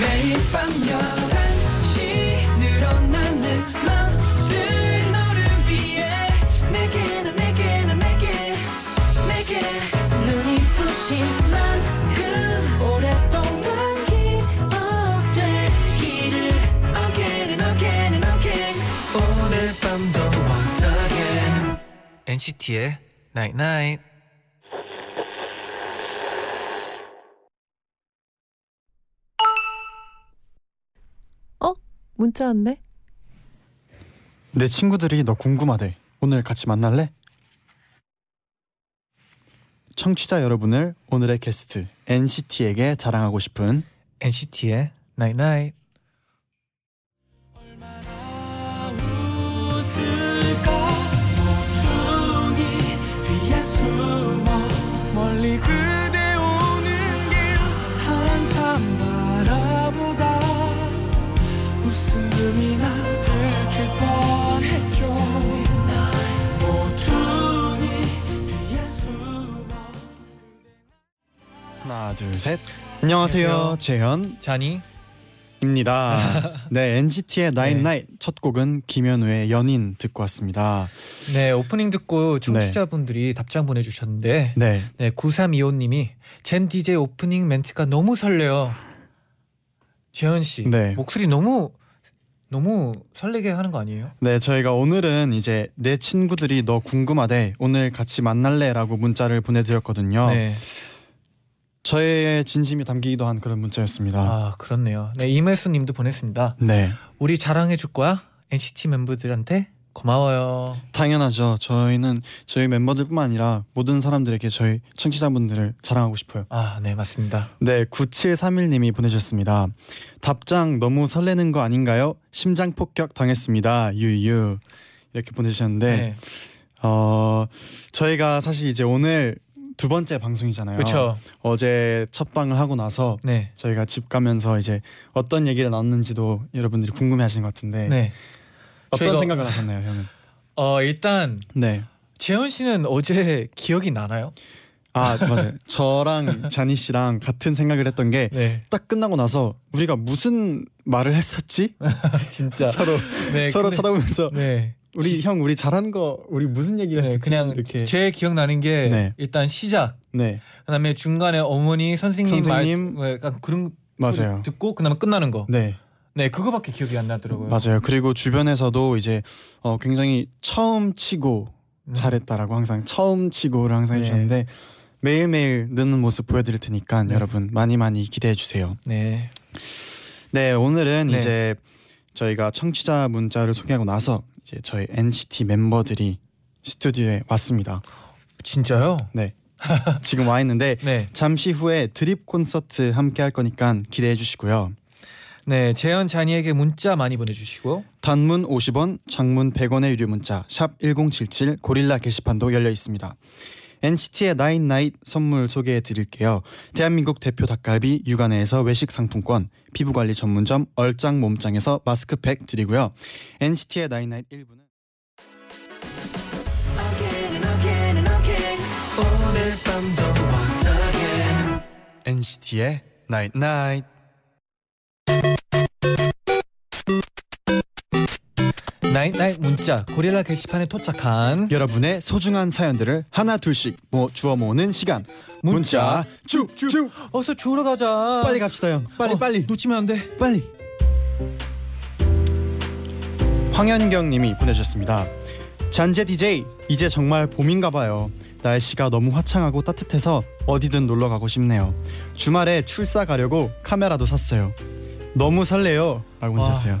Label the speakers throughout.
Speaker 1: 매일 밤 11시 늘어나는 맘들 너를 위해 내게 난 내게 난 내게 내게 눈이 부신 만큼 오랫동안 기억되기를 Again and again and again 오늘 밤도 once again
Speaker 2: NCT의 Night Night.
Speaker 3: 문자 왔네.
Speaker 4: 내 친구들이 너 궁금하대. 오늘 같이 만날래? 청취자 여러분을 오늘의 게스트 NCT에게 자랑하고 싶은
Speaker 2: NCT의 Night Night.
Speaker 1: 웃을까 모퉁이 뒤에 숨어 멀리 그대 오는 길 한참 바라보다 웃음이나 들킬 뻔했죠 모퉁이 뒤에 숨어
Speaker 4: 하나 둘 셋. 안녕하세요,
Speaker 2: 안녕하세요.
Speaker 4: 재현입니다.
Speaker 2: 자니.
Speaker 4: 네 NCT의 Nine
Speaker 2: 네.
Speaker 4: Night 첫 곡은 김현우의 연인 듣고 왔습니다.
Speaker 2: 네 오프닝 듣고 청취자분들이 답장 보내주셨는데
Speaker 4: 네
Speaker 2: 네 9325님이 젠 DJ 오프닝 멘트가 너무 설레요. 재현 씨
Speaker 4: 네.
Speaker 2: 목소리 너무 너무 설레게 하는 거 아니에요?
Speaker 4: 네, 저희가 오늘은 이제 내 친구들이 너 궁금하대. 오늘 같이 만날래라고 문자를 보내드렸거든요.
Speaker 2: 네.
Speaker 4: 저의 진심이 담기기도 한 그런 문자였습니다.
Speaker 2: 아 그렇네요. 네 임혜수님도 보냈습니다.
Speaker 4: 네,
Speaker 2: 우리 자랑해 줄 거야 NCT 멤버들한테 고마워요.
Speaker 4: 당연하죠. 저희는 저희 멤버들뿐만 아니라 모든 사람들에게 저희 청취자분들을 자랑하고 싶어요.
Speaker 2: 아 네 맞습니다.
Speaker 4: 네, 9731님이 보내주셨습니다. 답장 너무 설레는 거 아닌가요? 심장 폭격 당했습니다. 유유 이렇게 보내주셨는데
Speaker 2: 네.
Speaker 4: 어 저희가 사실 이제 오늘 두 번째 방송이잖아요.
Speaker 2: 그렇죠.
Speaker 4: 어제 첫 방을 하고 나서
Speaker 2: 네.
Speaker 4: 저희가 집 가면서 이제 어떤 얘기를 나눴는지도 여러분들이 궁금해하시는 것 같은데
Speaker 2: 네.
Speaker 4: 어떤
Speaker 2: 저희가-
Speaker 4: 생각을 하셨나요, 형은?
Speaker 2: 어 일단
Speaker 4: 네.
Speaker 2: 재현 씨는 어제 기억이 나나요?
Speaker 4: 아 맞아요. 저랑 자니 씨랑 같은 생각을 했던 게 딱
Speaker 2: 네,
Speaker 4: 끝나고 나서 우리가 무슨 말을 했었지?
Speaker 2: 진짜
Speaker 4: 서로
Speaker 2: 네,
Speaker 4: 서로
Speaker 2: 근데-
Speaker 4: 쳐다보면서
Speaker 2: 네,
Speaker 4: 우리 형 우리 잘한 거 우리 무슨 얘기를
Speaker 2: 네
Speaker 4: 했었지?
Speaker 2: 그냥
Speaker 4: 이렇게
Speaker 2: 제일 기억나는 게
Speaker 4: 네.
Speaker 2: 일단 시작,
Speaker 4: 네
Speaker 2: 그다음에 중간에 어머니 선생님,
Speaker 4: 선생님.
Speaker 2: 말, 네, 약간 그런 소리
Speaker 4: 맞아요.
Speaker 2: 듣고 그다음에 끝나는 거,
Speaker 4: 네
Speaker 2: 네 그거밖에 기억이 안 나더라고요.
Speaker 4: 맞아요. 그리고 주변에서도 이제 어, 굉장히 처음 치고
Speaker 2: 네.
Speaker 4: 잘했다라고 항상 처음 치고를 항상
Speaker 2: 네.
Speaker 4: 해주셨는데 매일매일 느는 모습 보여드릴 테니까
Speaker 2: 네.
Speaker 4: 여러분 많이 많이 기대해 주세요.
Speaker 2: 네,
Speaker 4: 네 오늘은
Speaker 2: 네.
Speaker 4: 이제 저희가 청취자 문자를 소개하고 나서 이제 저희 NCT 멤버들이 스튜디오에 왔습니다. 네.
Speaker 2: 진짜요?
Speaker 4: 지금 와 있는데
Speaker 2: 네,
Speaker 4: 잠시 후에 드립 콘서트 함께 할 거니까 기대해 주시고요.
Speaker 2: 네 재현 잔이에게 문자 많이 보내주시고,
Speaker 4: 단문 50원, 장문 100원의 유료 문자 샵 #1077 고릴라 게시판도 열려 있습니다. NCT의 나인나잇 선물 소개해 드릴게요. 대한민국 대표 닭갈비 육안에서 외식 상품권, 피부관리 전문점 얼짱 몸짱에서 마스크팩 드리고요. NCT의 나인나잇 1부는
Speaker 1: Again and again and again 오늘 밤도 once again
Speaker 4: NCT의 나인나잇
Speaker 2: 나잇 나잇 문자 고릴라 게시판에 도착한
Speaker 4: 여러분의 소중한 사연들을 하나 둘씩 모 주워 모으는 시간 문자 쭉쭉
Speaker 2: 어서 주러 가자.
Speaker 4: 빨리 갑시다 형 빨리
Speaker 2: 어,
Speaker 4: 빨리
Speaker 2: 놓치면 안 돼.
Speaker 4: 빨리 황현경님이 보내주셨습니다 잔재 DJ 이제 정말 봄인가 봐요 날씨가 너무 화창하고 따뜻해서 어디든 놀러 가고 싶네요 주말에 출사 가려고 카메라도 샀어요 너무 설레요 라고
Speaker 2: 와.
Speaker 4: 하셨어요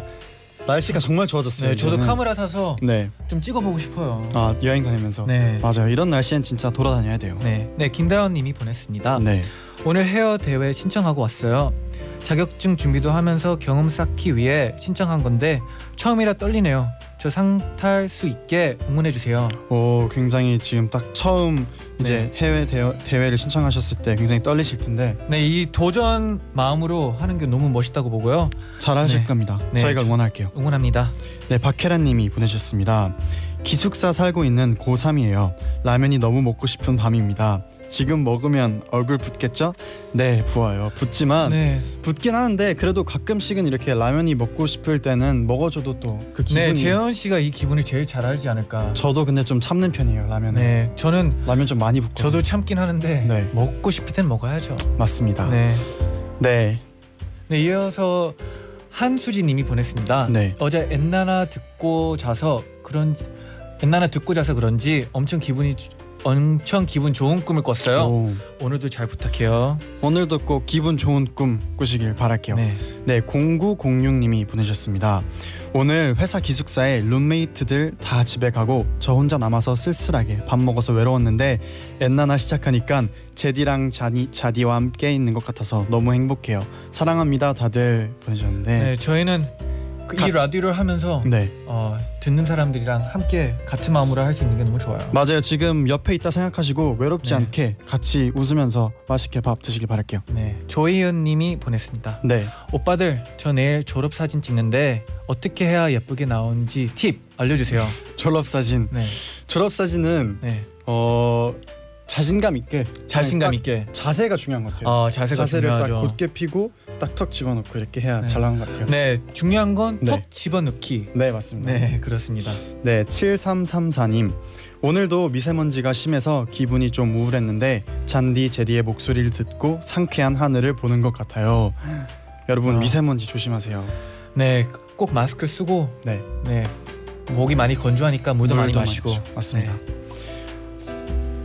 Speaker 4: 날씨가 정말 좋아졌어요
Speaker 2: 아. 네, 저도
Speaker 4: 이제는.
Speaker 2: 카메라 사서
Speaker 4: 네.
Speaker 2: 좀 찍어보고 싶어요.
Speaker 4: 아 여행 다니면서
Speaker 2: 네.
Speaker 4: 맞아요 이런 날씨엔 진짜 돌아다녀야 돼요
Speaker 2: 네, 네 김다연님이 보냈습니다.
Speaker 4: 네.
Speaker 2: 오늘 헤어 대회 신청하고 왔어요. 자격증 준비도 하면서 경험 쌓기 위해 신청한 건데 처음이라 떨리네요. 저 상탈 수 있게 응원해 주세요.
Speaker 4: 오 굉장히 지금 딱 처음
Speaker 2: 네.
Speaker 4: 이제 해외 대회, 대회를 신청하셨을 때 굉장히 떨리실 텐데
Speaker 2: 네, 이 도전 마음으로 하는 게 너무 멋있다고 보고요.
Speaker 4: 잘하실
Speaker 2: 네.
Speaker 4: 겁니다.
Speaker 2: 네.
Speaker 4: 저희가 응원할게요.
Speaker 2: 응원합니다.
Speaker 4: 네, 박혜란님이 보내주셨습니다. 기숙사 살고 있는 고3이에요. 라면이 너무 먹고 싶은 밤입니다. 지금 먹으면 얼굴 붓겠죠? 네, 부어요. 붓지만
Speaker 2: 네,
Speaker 4: 붓긴 하는데 그래도 가끔씩은 이렇게 라면이 먹고 싶을 때는 먹어줘도 또 그 기분이
Speaker 2: 네 재현 씨가 이 기분을 제일 잘 알지 않을까.
Speaker 4: 저도 근데 좀 참는 편이에요 라면을
Speaker 2: 네, 저는
Speaker 4: 라면 좀 많이 붓고
Speaker 2: 저도 참긴 하는데
Speaker 4: 네. 아.
Speaker 2: 먹고 싶을 땐 먹어야죠.
Speaker 4: 맞습니다
Speaker 2: 네.
Speaker 4: 네.
Speaker 2: 네, 이어서 한수진님이 보냈습니다.
Speaker 4: 네.
Speaker 2: 어제 엔나나 듣고 자서 그런 엔나나 듣고 자서 그런지 엄청 기분이 주- 엄청 기분 좋은 꿈을 꿨어요.
Speaker 4: 오.
Speaker 2: 오. 늘도잘 부탁해요.
Speaker 4: 오늘도 꼭 기분 좋은 꿈 꾸시길 바랄게요
Speaker 2: 네.
Speaker 4: 네, 0906님이 보내셨습니다. 오늘 회사 기숙사에 룸메이트들 다 집에 가고 저 혼자 남아서 쓸쓸하게 밥 먹어서 외로웠는데 엔나나 시작하니까 제디랑 자니, 자디와 함께 있는 것 같아서 너무 행복해요. 사랑합니다 다들 보내셨는데
Speaker 2: 네, 저희는 그이
Speaker 4: 같이-
Speaker 2: 라디오를 하면서
Speaker 4: 네.
Speaker 2: 어, 듣는 사람들이랑 함께 같은 마음으로 할 수 있는 게 너무 좋아요.
Speaker 4: 맞아요. 지금 옆에 있다 생각하시고 외롭지
Speaker 2: 네.
Speaker 4: 않게 같이 웃으면서 맛있게 밥 드시길 바랄게요.
Speaker 2: 네, 조희연님이 보냈습니다.
Speaker 4: 네,
Speaker 2: 오빠들 저 내일 졸업 사진 찍는데 어떻게 해야 예쁘게 나오는지 팁 알려주세요.
Speaker 4: 졸업 사진.
Speaker 2: 네,
Speaker 4: 졸업 사진은
Speaker 2: 네,
Speaker 4: 어 자신감 있게
Speaker 2: 자신감
Speaker 4: 네, 딱
Speaker 2: 있게.
Speaker 4: 자세가 중요한 것 같아요.
Speaker 2: 어, 자세가
Speaker 4: 자세를
Speaker 2: 중요하죠.
Speaker 4: 딱 곧게 피고 딱 턱 집어넣고 이렇게 해야
Speaker 2: 네.
Speaker 4: 잘 나온 것 같아요. 네,
Speaker 2: 네, 중요한 건
Speaker 4: 네.
Speaker 2: 턱 집어넣기.
Speaker 4: 맞습니다. 네.
Speaker 2: 네, 그렇습니다.
Speaker 4: 7334님. 오늘도 미세먼지가 심해서 기분이 좀 우울했는데 잔디 제디의 목소리를 듣고 상쾌한 하늘을 보는 것 같아요. 여러분
Speaker 2: 아.
Speaker 4: 미세먼지 조심하세요.
Speaker 2: 네, 꼭 마스크 쓰고
Speaker 4: 네.
Speaker 2: 네. 목이 많이 건조하니까 물도 많이
Speaker 4: 물도
Speaker 2: 마시고.
Speaker 4: 마시죠. 맞습니다.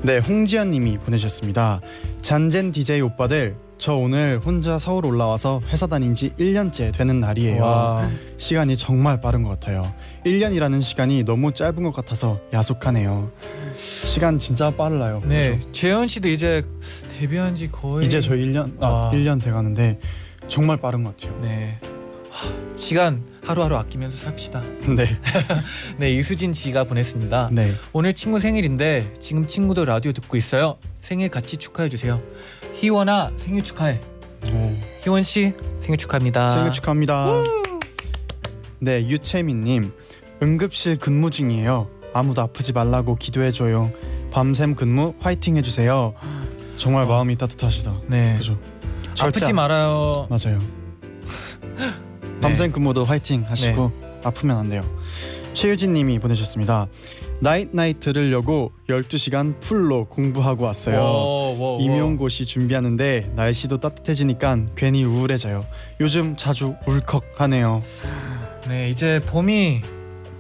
Speaker 4: 네, 홍지연 님이 보내셨습니다. 잔젠 DJ 오빠들 저 오늘 혼자 서울 올라와서 회사 다닌 지 1년째 되는 날이에요.
Speaker 2: 와.
Speaker 4: 시간이 정말 빠른 것 같아요. 1년이라는 시간이 너무 짧은 것 같아서 야속하네요. 시간 진짜 빨라요.
Speaker 2: 네,
Speaker 4: 그죠?
Speaker 2: 재현 씨도 이제 데뷔한 지 거의
Speaker 4: 그렇죠. 이제 저희 1년 아,
Speaker 2: 와.
Speaker 4: 1년 돼 가는데 정말 빠른 것 같아요.
Speaker 2: 네. 하, 시간 하루하루 아끼면서 삽시다.
Speaker 4: 네.
Speaker 2: 네, 이수진 씨가 보냈습니다.
Speaker 4: 네.
Speaker 2: 오늘 친구 생일인데 지금 친구도 라디오 듣고 있어요. 생일 같이 축하해 주세요. 희원아 생일 축하해.
Speaker 4: 오.
Speaker 2: 희원 씨 생일 축하합니다.
Speaker 4: 생일 축하합니다. 네, 유채민님 응급실 근무 중이에요. 아무도 아프지 말라고 기도해줘요. 밤샘 근무 화이팅 해주세요. 정말 마음이 따뜻하시다.
Speaker 2: 네.
Speaker 4: 그죠? 절대
Speaker 2: 아프지
Speaker 4: 안-
Speaker 2: 말아요.
Speaker 4: 맞아요. 밤샘 근무도 화이팅 하시고 아프면 안 돼요. 최유진님이 보내셨습니다. 나잇 나잇 들으려고 12시간 풀로 공부하고 왔어요.
Speaker 2: 워, 워, 워.
Speaker 4: 임용고시 준비하는데 날씨도 따뜻해지니까 괜히 우울해져요. 요즘 자주 울컥하네요.
Speaker 2: 네 이제 봄이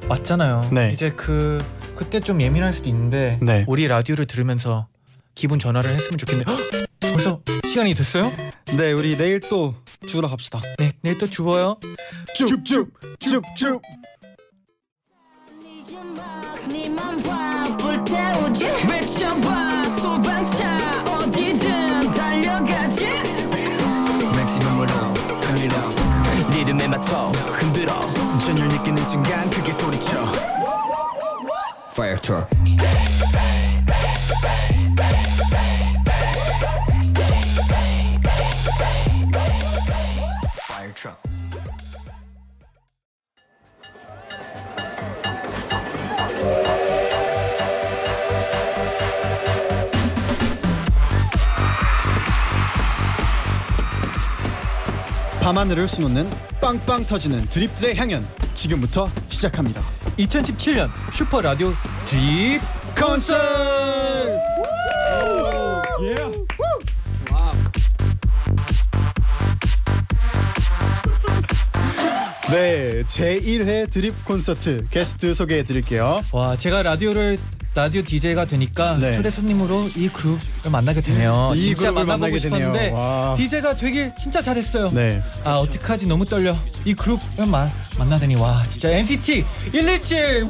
Speaker 2: 왔잖아요.
Speaker 4: 네.
Speaker 2: 이제 그 그때 좀 예민할 수도 있는데
Speaker 4: 네.
Speaker 2: 우리 라디오를 들으면서 기분 전환을 했으면 좋겠네요. 헉! 벌써 시간이 됐어요?
Speaker 4: 네, 우리 내일 또 주러 갑시다.
Speaker 2: 네 내일 또 주워요.
Speaker 4: 쭉쭉 쭉쭉.
Speaker 5: 네맘 바쁠 때 오지 외쳐봐 소방차 어디든 달려가지
Speaker 3: maximum low, turn it up. 리듬에 맞춰 흔들어. 전율 느끼는 순간 크게 소리쳐. Fire truck. Fire truck.
Speaker 4: 밤하늘을 수놓는 빵빵 터지는 드립들의 향연 지금부터 시작합니다.
Speaker 2: 2017년 슈퍼 라디오 드립
Speaker 4: 콘서트. 예. 네, 제 1회 드립 콘서트 게스트 소개해 드릴게요.
Speaker 2: 와 제가 라디오를 라디오 DJ가 되니까
Speaker 4: 네.
Speaker 2: 초대 손님으로 이 그룹을 만나게 되네요.
Speaker 4: 이
Speaker 2: 진짜
Speaker 4: 그룹을
Speaker 2: 만나보고
Speaker 4: 만나게 되네요.
Speaker 2: 싶었는데
Speaker 4: 와.
Speaker 2: DJ가 되길 진짜 잘했어요.
Speaker 4: 네.
Speaker 2: 아
Speaker 3: 그렇죠.
Speaker 2: 어떡하지 너무 떨려. 이 그룹을 마, 만나다니 와 진짜 NCT 117. 우!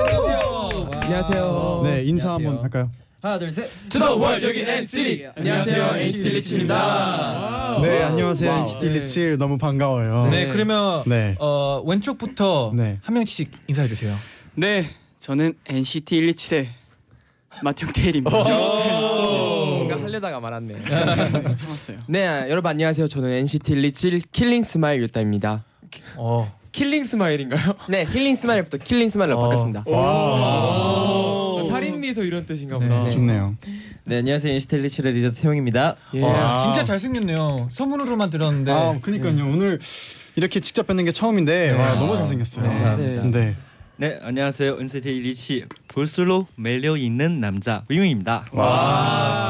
Speaker 2: 안녕하세요.
Speaker 6: 안녕하세요.
Speaker 4: 네, 인사 한번 할까요?
Speaker 6: 하나 둘 셋.
Speaker 3: 투더월 여기 NCT. 안녕하세요, NCT 리치입니다.
Speaker 4: 네, 안녕하세요. NCT 127 너무 반가워요.
Speaker 2: 네, 그러면
Speaker 4: 네.
Speaker 2: 어, 왼쪽부터
Speaker 4: 네.
Speaker 2: 한 명씩 인사해 주세요.
Speaker 7: 네, 저는 NCT 127의 마태형 테일입니다.
Speaker 6: 뭔가 할려다가 말았네.
Speaker 7: 참았어요.
Speaker 6: 네, 여러분 안녕하세요. 저는 NCT 127 킬링 스마일 유타입니다.
Speaker 2: 어
Speaker 8: 킬링 스마일인가요?
Speaker 6: 네 힐링 스마일부터 킬링 스마일로
Speaker 2: 어.
Speaker 6: 바꿨습니다.
Speaker 8: 어. 살인미소 이런 뜻인가 보다.
Speaker 2: 네.
Speaker 4: 좋네요.
Speaker 9: 네 안녕하세요 인시텔리치의 리더 태용입니다.
Speaker 8: 예.
Speaker 2: 와, 진짜 잘생겼네요. 소문으로만 들었는데.
Speaker 4: 아, 그니까요. 오늘 이렇게 직접 뵙는 게 처음인데 와, 너무 잘생겼어요.
Speaker 6: 감사합니다.
Speaker 4: 네. 네.
Speaker 9: 네 안녕하세요 인시텔리치 볼수록 매력 있는 남자 위용입니다.
Speaker 2: 아,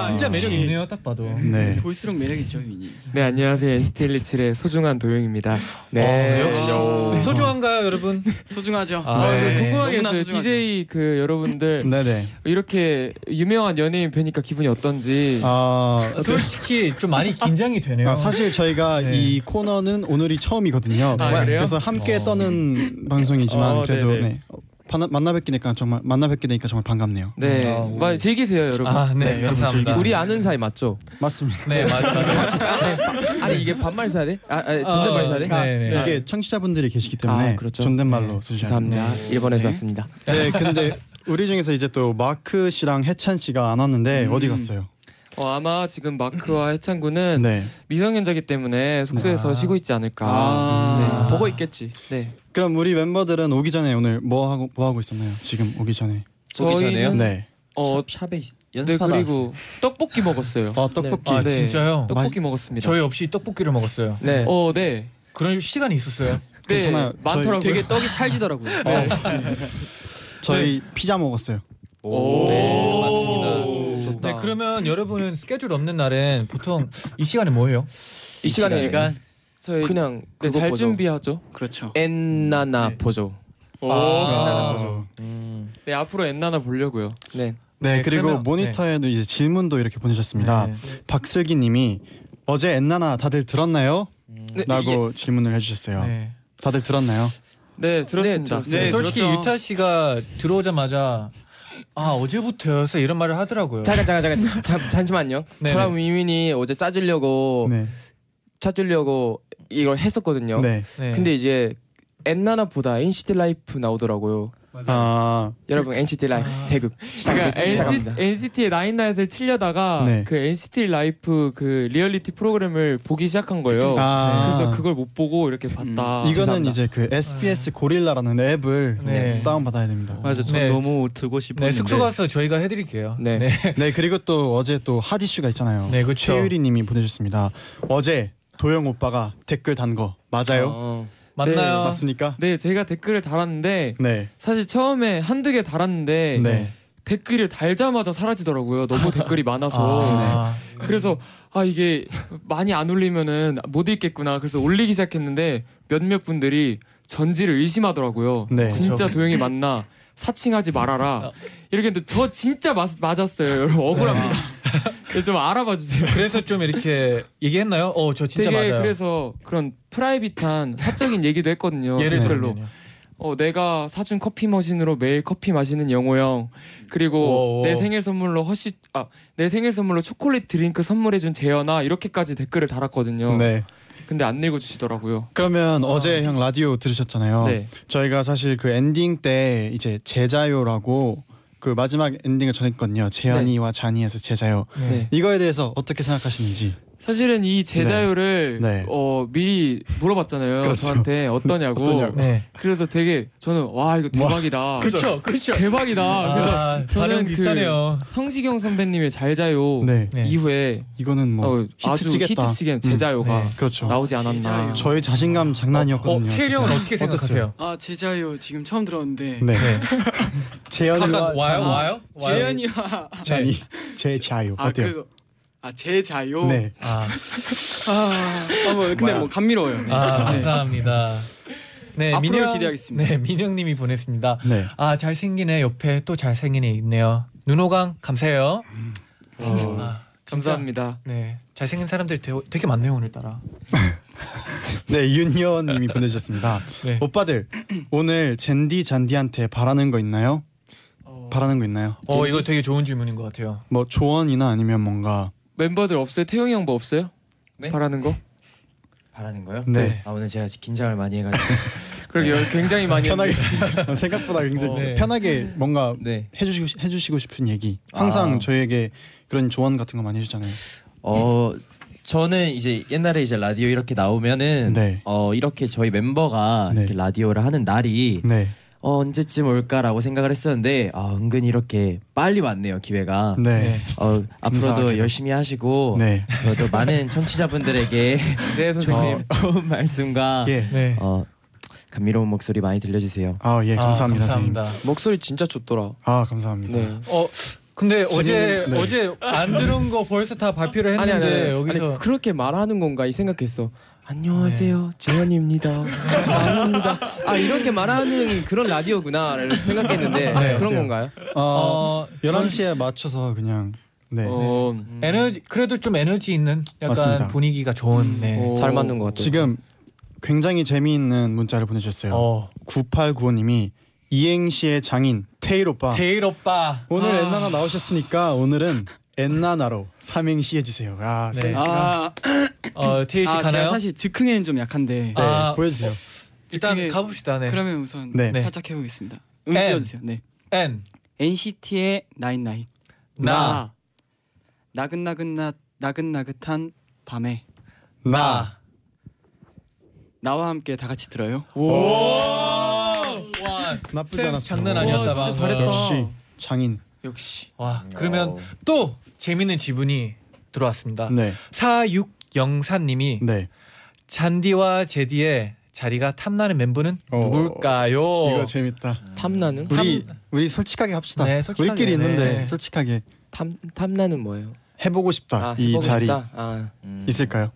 Speaker 2: 진짜 매력 있네요. 딱 봐도.
Speaker 4: 네.
Speaker 7: 볼수록 매력이죠 윤이.
Speaker 8: 네 안녕하세요 NCT127의 소중한 도영입니다. 네.
Speaker 2: 어, 역시 소중한가요, 여러분?
Speaker 7: 소중하죠.
Speaker 2: 아,
Speaker 8: 아,
Speaker 2: 네.
Speaker 8: 네. 궁금하게
Speaker 7: 너무나
Speaker 8: 했어요.
Speaker 7: 소중하죠.
Speaker 8: DJ 그 여러분들
Speaker 4: 네네.
Speaker 8: 이렇게 유명한 연예인 뵈니까 기분이 어떤지.
Speaker 4: 아,
Speaker 2: 솔직히 좀 많이 긴장이 되네요.
Speaker 4: 아, 사실 저희가
Speaker 2: 네.
Speaker 4: 이 코너는 오늘이 처음이거든요.
Speaker 8: 아, 그래요?
Speaker 4: 래서 함께 떠는 방송이지만
Speaker 8: 어,
Speaker 4: 그래도
Speaker 8: 네네.
Speaker 4: 네. 어, 만나, 만나 뵙게 되니까 정말 만나 뵙게 되니까 정말 반갑네요.
Speaker 8: 네.
Speaker 2: 아, 오.
Speaker 8: 많이 즐기세요 여러분.
Speaker 2: 아, 네, 감사합니다.
Speaker 8: 우리 아는 사이 맞죠?
Speaker 4: 맞습니다.
Speaker 2: 네, 맞아, 맞아.
Speaker 6: 아니 이게 반말 써야 돼? 아, 아니, 존댓말 써야 돼?
Speaker 8: 그러니까
Speaker 2: 네, 네.
Speaker 4: 이게 청취자분들이 계시기 때문에
Speaker 6: 아, 그렇죠.
Speaker 4: 존댓말로
Speaker 6: 네.
Speaker 4: 쓰셔야
Speaker 6: 감사합니다. 일본에서 왔습니다.
Speaker 4: 네, 근데 우리 중에서 이제 또 마크 씨랑 해찬 씨가 안
Speaker 6: 음.
Speaker 4: 왔는데 어디 갔어요?
Speaker 8: 어, 아마 지금 마크와 해창구는
Speaker 4: 네.
Speaker 8: 미성년자기 때문에 숙소에서
Speaker 2: 아.
Speaker 8: 쉬고 있지 않을까.
Speaker 2: 아.
Speaker 8: 네. 보고 있겠지. 네.
Speaker 4: 그럼 우리 멤버들은 오기 전에 오늘 뭐 하고 뭐 하고 있었나요? 지금 오기 전에.
Speaker 9: 보기 전에요?
Speaker 6: 음.
Speaker 8: 저희는
Speaker 4: 네.
Speaker 8: 어,
Speaker 9: 샵에
Speaker 8: 네
Speaker 9: 연습하다.
Speaker 8: 그리고 떡볶이 먹었어요. 네.
Speaker 4: 아, 떡볶이.
Speaker 2: 아, 진짜요?
Speaker 8: 떡볶이 먹었습니다.
Speaker 2: 저희 없이 떡볶이를 먹었어요.
Speaker 6: 네.
Speaker 8: 어, 네.
Speaker 2: 그런 시간이 있었어요.
Speaker 8: 네,
Speaker 4: 괜찮아요. 네.
Speaker 8: 많더라고요.
Speaker 7: 되게 떡이 찰지더라고요.
Speaker 4: 저희 피자 먹었어요.
Speaker 9: 네 맞습니다.
Speaker 2: 네, 그러면 여러분은 스케줄 없는 날엔 보통 이 시간에 뭐예요?
Speaker 6: 이 시간에
Speaker 9: 시간.
Speaker 8: 저희
Speaker 6: 그냥
Speaker 8: 네,
Speaker 6: 그거
Speaker 8: 잘
Speaker 6: 보죠.
Speaker 8: 준비하죠.
Speaker 7: 그렇죠.
Speaker 6: 엔나나 보조.
Speaker 2: 아,
Speaker 8: 네, 앞으로 엔나나 보려고요.
Speaker 6: 네.
Speaker 4: 네,
Speaker 2: 네,
Speaker 4: 그리고
Speaker 2: 그러면-
Speaker 4: 모니터에도 이제 질문도 이렇게 보내셨습니다.
Speaker 2: 네.
Speaker 4: 박슬기 님이 어제 엔나나 다들 들었나요?
Speaker 7: 네,
Speaker 6: 예.
Speaker 4: 라고 질문을 해 주셨어요.
Speaker 2: 네.
Speaker 4: 다들 들었나요?
Speaker 8: 네, 들었습니다.
Speaker 7: 들었어요. 네,
Speaker 2: 솔직히
Speaker 7: 그렇죠.
Speaker 2: 유타 씨가 들어오자마자 아 어제부터여서 이런 말을 하더라고요.
Speaker 6: 잠깐 잠깐 잠깐 잠, 잠시만요.
Speaker 2: 네네.
Speaker 6: 저랑 위민이 어제 짜주려고
Speaker 4: 네.
Speaker 6: 짜주려고 이걸 했었거든요.
Speaker 4: 네.
Speaker 2: 네.
Speaker 6: 근데 이제 엔나나보다 NCT 라이프 나오더라고요.
Speaker 2: 네,
Speaker 4: 아,
Speaker 6: 여러분 NCT 라이프 대극
Speaker 8: 그러니까
Speaker 6: 시작합니다.
Speaker 8: NCT,
Speaker 6: 시작합니다.
Speaker 8: NCT의 나인나잇을 치려다가
Speaker 4: 네.
Speaker 8: 그 NCT 라이프 그 리얼리티 프로그램을 보기 시작한 거예요.
Speaker 4: 아.
Speaker 8: 아, 어, 네. 그래서 그걸 못 보고 이렇게 봤다.
Speaker 4: 음. 이거는
Speaker 6: 죄송합니다.
Speaker 4: 이제 그 SBS 고릴라라는 앱을
Speaker 2: 네.
Speaker 4: 다운 받아야 됩니다.
Speaker 9: 맞아 전
Speaker 2: 네.
Speaker 9: 너무 듣고 싶었는데.
Speaker 2: 네, 숙소 가서 저희가 해드릴게요.
Speaker 6: 네.
Speaker 4: 네 그리고 또 어제 또 핫이슈가 있잖아요.
Speaker 2: 네, 그쵸.
Speaker 4: 최유리님이 보내주셨습니다. 어제 도영 오빠가 댓글 단 거 맞아요?
Speaker 6: 어,
Speaker 2: 맞나요?
Speaker 4: 맞습니까?
Speaker 8: 네, 제가 댓글을 달았는데
Speaker 4: 네.
Speaker 8: 사실 처음에 한두 개 달았는데
Speaker 4: 네.
Speaker 8: 댓글을 달자마자 사라지더라고요. 너무 댓글이 많아서.
Speaker 6: 네.
Speaker 2: 아,
Speaker 8: 그래서 아 이게 많이 안 올리면은 못 읽겠구나. 그래서 올리기 시작했는데 몇몇 분들이 전지를 의심하더라고요.
Speaker 4: 네.
Speaker 8: 진짜
Speaker 2: 그쵸.
Speaker 8: 도영이 맞나? 사칭하지 말아라. 이렇게 했는데 저 진짜 맞, 맞았어요. 여러분 억울합니다.
Speaker 2: 네.
Speaker 8: 네, 좀 알아봐 주세요.
Speaker 2: 그래서 좀 이렇게 얘기했나요? 어, 저 진짜
Speaker 8: 되게
Speaker 2: 맞아요.
Speaker 8: 그래서 그런 프라이빗한 사적인 얘기도 했거든요.
Speaker 2: 예를
Speaker 8: 댓글로.
Speaker 2: 들로.
Speaker 8: 어, 내가 사준 커피 머신으로 매일 커피 마시는 영호 형 그리고
Speaker 2: 오, 오.
Speaker 8: 내 생일 선물로 허쉬 아내 생일 선물로 초콜릿 드링크 선물해준 재현아 이렇게까지 댓글을 달았거든요.
Speaker 4: 네.
Speaker 8: 근데 안 읽어주시더라고요.
Speaker 4: 그러면 어제 형 라디오 들으셨잖아요.
Speaker 8: 네.
Speaker 4: 저희가 사실 그 엔딩 때 이제 제자요라고 그 마지막 엔딩을 전했거든요. 재현이와 잔이에서 제자요.
Speaker 8: 네.
Speaker 4: 이거에 대해서 어떻게 생각하시는지.
Speaker 8: 사실은 이 제자요를
Speaker 4: 네. 네.
Speaker 8: 어 미리 물어봤잖아요.
Speaker 4: 그렇죠.
Speaker 8: 저한테 어떠냐고.
Speaker 4: 어떠냐고.
Speaker 2: 네.
Speaker 8: 그래서 되게 저는 와 이거 대박이다.
Speaker 2: 그렇죠. 그렇죠.
Speaker 8: 대박이다. 그래서
Speaker 2: 아,
Speaker 8: 저는
Speaker 2: 반응
Speaker 8: 그-
Speaker 2: 비슷하네요.
Speaker 8: 성시경 선배님의 잘자요
Speaker 4: 네.
Speaker 2: 네.
Speaker 8: 이후에
Speaker 4: 이거는 뭐
Speaker 8: 어, 아주
Speaker 4: 히트치겠다.
Speaker 8: 히트치겐 제자요가
Speaker 2: 네.
Speaker 4: 그렇죠.
Speaker 8: 나오지 않았나.
Speaker 7: 제자요.
Speaker 4: 저희 자신감 장난이었거든요.
Speaker 2: 어, 태일
Speaker 4: 진짜.
Speaker 2: 형은 어떻게 생각하세요?
Speaker 7: 아 제자요 지금 처음 들었는데
Speaker 4: 네.
Speaker 2: 네.
Speaker 4: 재현이와
Speaker 2: 각각 와요,
Speaker 4: 잔이.
Speaker 2: 와요? 네. 와요?
Speaker 7: 재현이와
Speaker 4: 잔이 제 자요
Speaker 7: 아
Speaker 4: 어때요?
Speaker 7: 그래서 아 제자요.
Speaker 4: 네.
Speaker 2: 아,
Speaker 7: 아, 아, 뭐, 근데 뭐 감미로워요. 네.
Speaker 2: 아
Speaker 7: 네.
Speaker 2: 감사합니다. 네,
Speaker 7: 앞으로를
Speaker 2: 민영
Speaker 7: 기대하겠습니다.
Speaker 2: 네, 민영님이 보냈습니다.
Speaker 4: 네.
Speaker 2: 아 잘생긴 애 옆에 또 잘생긴 애 있네요. 눈호강 감사해요. 아, 진짜,
Speaker 8: 감사합니다.
Speaker 2: 네, 잘생긴 사람들이 되게, 되게 많네요 오늘따라.
Speaker 4: 네, 윤여원님이 보내주셨습니다.
Speaker 2: 네.
Speaker 4: 오빠들 오늘 젠디 잔디한테 바라는 거 있나요? 바라는 거 있나요?
Speaker 2: 어 이거 되게 좋은 질문인 것 같아요.
Speaker 4: 뭐 조언이나 아니면 뭔가
Speaker 8: 멤버들 없어요? 태용이 형 뭐 없어요?
Speaker 9: 네?
Speaker 8: 바라는 거?
Speaker 9: 바라는 거요?
Speaker 4: 네.
Speaker 9: 아 오늘 제가 긴장을 많이 해가지고.
Speaker 8: 그러게요.
Speaker 6: 네.
Speaker 8: 굉장히 많이
Speaker 4: 편하게
Speaker 8: 했는데.
Speaker 4: 생각보다 굉장히
Speaker 2: 어, 네.
Speaker 4: 편하게 뭔가
Speaker 9: 네.
Speaker 4: 해주시고 싶- 해주시고 싶은 얘기 항상
Speaker 9: 아.
Speaker 4: 저희에게 그런 조언 같은 거 많이 해주잖아요.
Speaker 9: 어
Speaker 1: 저는 이제 옛날에 이제 라디오 이렇게 나오면은
Speaker 4: 네.
Speaker 1: 어 이렇게 저희 멤버가
Speaker 4: 네.
Speaker 1: 이렇게 라디오를 하는 날이
Speaker 4: 네.
Speaker 1: 어, 언제쯤 올까라고 생각을 했었는데 아, 은근 이렇게 빨리 왔네요 기회가.
Speaker 4: 네.
Speaker 1: 어, 앞으로도
Speaker 4: 감사하게.
Speaker 1: 열심히 하시고
Speaker 4: 네.
Speaker 1: 또 많은 청취자분들에게
Speaker 8: 네 선생님.
Speaker 1: 어, 좋은 말씀과
Speaker 4: 예.
Speaker 2: 네.
Speaker 1: 어, 감미로운 목소리 많이 들려주세요.
Speaker 4: 아, 예. 감사합니다.
Speaker 2: 아,
Speaker 4: 선생님.
Speaker 2: 감사합니다.
Speaker 6: 목소리 진짜 좋더라.
Speaker 4: 아, 감사합니다.
Speaker 6: 네.
Speaker 2: 어 근데 어제
Speaker 4: 네.
Speaker 2: 어제 안 들은 거 벌써 다 발표를 했는데 여기서
Speaker 6: 아니, 그렇게 말하는 건가 이 생각했어. 안녕하세요
Speaker 8: 네.
Speaker 6: 재현입니다. 재현입니다. 아 이렇게 말하는 그런 라디오구나 이렇게 생각했는데
Speaker 2: 네,
Speaker 6: 그런
Speaker 4: 맞아요.
Speaker 6: 건가요?
Speaker 4: 어,
Speaker 2: 어
Speaker 4: 11시에 맞춰서 그냥 네.
Speaker 8: 어,
Speaker 2: 에너지 그래도 좀 에너지 있는 약간
Speaker 4: 맞습니다.
Speaker 2: 분위기가 좋은 네.
Speaker 8: 어,
Speaker 6: 잘 맞는 것 같아요.
Speaker 4: 지금 굉장히 재미있는 문자를 보내주셨어요.
Speaker 2: 어
Speaker 4: 9895님이 이행시의 장인 테일 오빠.
Speaker 2: 데일 오빠
Speaker 4: 오늘 엔나나 나오셨으니까 오늘은 엔나나로 삼행시 해주세요. 아,
Speaker 2: 네.
Speaker 4: 센스.
Speaker 7: 아,
Speaker 2: 어 테일 씨
Speaker 7: 아
Speaker 2: 가나요?
Speaker 7: 제가 사실 즉흥에는 좀 약한데
Speaker 4: 네,
Speaker 2: 아,
Speaker 4: 보여주세요.
Speaker 2: 일단
Speaker 7: 즉흥에-
Speaker 2: 가봅시다. 네.
Speaker 7: 그러면 우선
Speaker 4: 네.
Speaker 2: 네.
Speaker 7: 살짝 해보겠습니다. 음
Speaker 2: M.
Speaker 7: 띄워주세요. 네.
Speaker 2: N
Speaker 7: NCT의 나잇나잇
Speaker 2: 나
Speaker 7: 나긋나긋나 나긋나긋한 밤에
Speaker 4: 나.
Speaker 2: 나.
Speaker 7: 나와 함께 다 같이 들어요.
Speaker 2: 오. 어, 와.
Speaker 4: 나쁘지
Speaker 2: 센스
Speaker 4: 않았어.
Speaker 2: 장난 아니었다.
Speaker 8: 와,
Speaker 2: 방금.
Speaker 8: 진짜 잘했다.
Speaker 4: 역시 장인.
Speaker 8: 역시.
Speaker 2: 와
Speaker 1: 어.
Speaker 2: 그러면 또 재밌는 지분이 들어왔습니다.
Speaker 4: 네,
Speaker 2: 4604님이
Speaker 4: 네.
Speaker 2: 잔디와 제디의 자리가 탐나는 멤버는
Speaker 4: 어,
Speaker 2: 누굴까요?
Speaker 4: 이거 재밌다.
Speaker 6: 탐나는
Speaker 4: 우리 우리 솔직하게 합시다.
Speaker 2: 어. 네, 솔직하게,
Speaker 4: 우리끼리
Speaker 2: 네.
Speaker 4: 있는데 솔직하게
Speaker 6: 탐 탐나는 뭐예요?
Speaker 4: 해보고 싶다.
Speaker 6: 아,
Speaker 4: 이
Speaker 6: 해보고
Speaker 4: 자리
Speaker 6: 싶다? 아,
Speaker 4: 있을까요?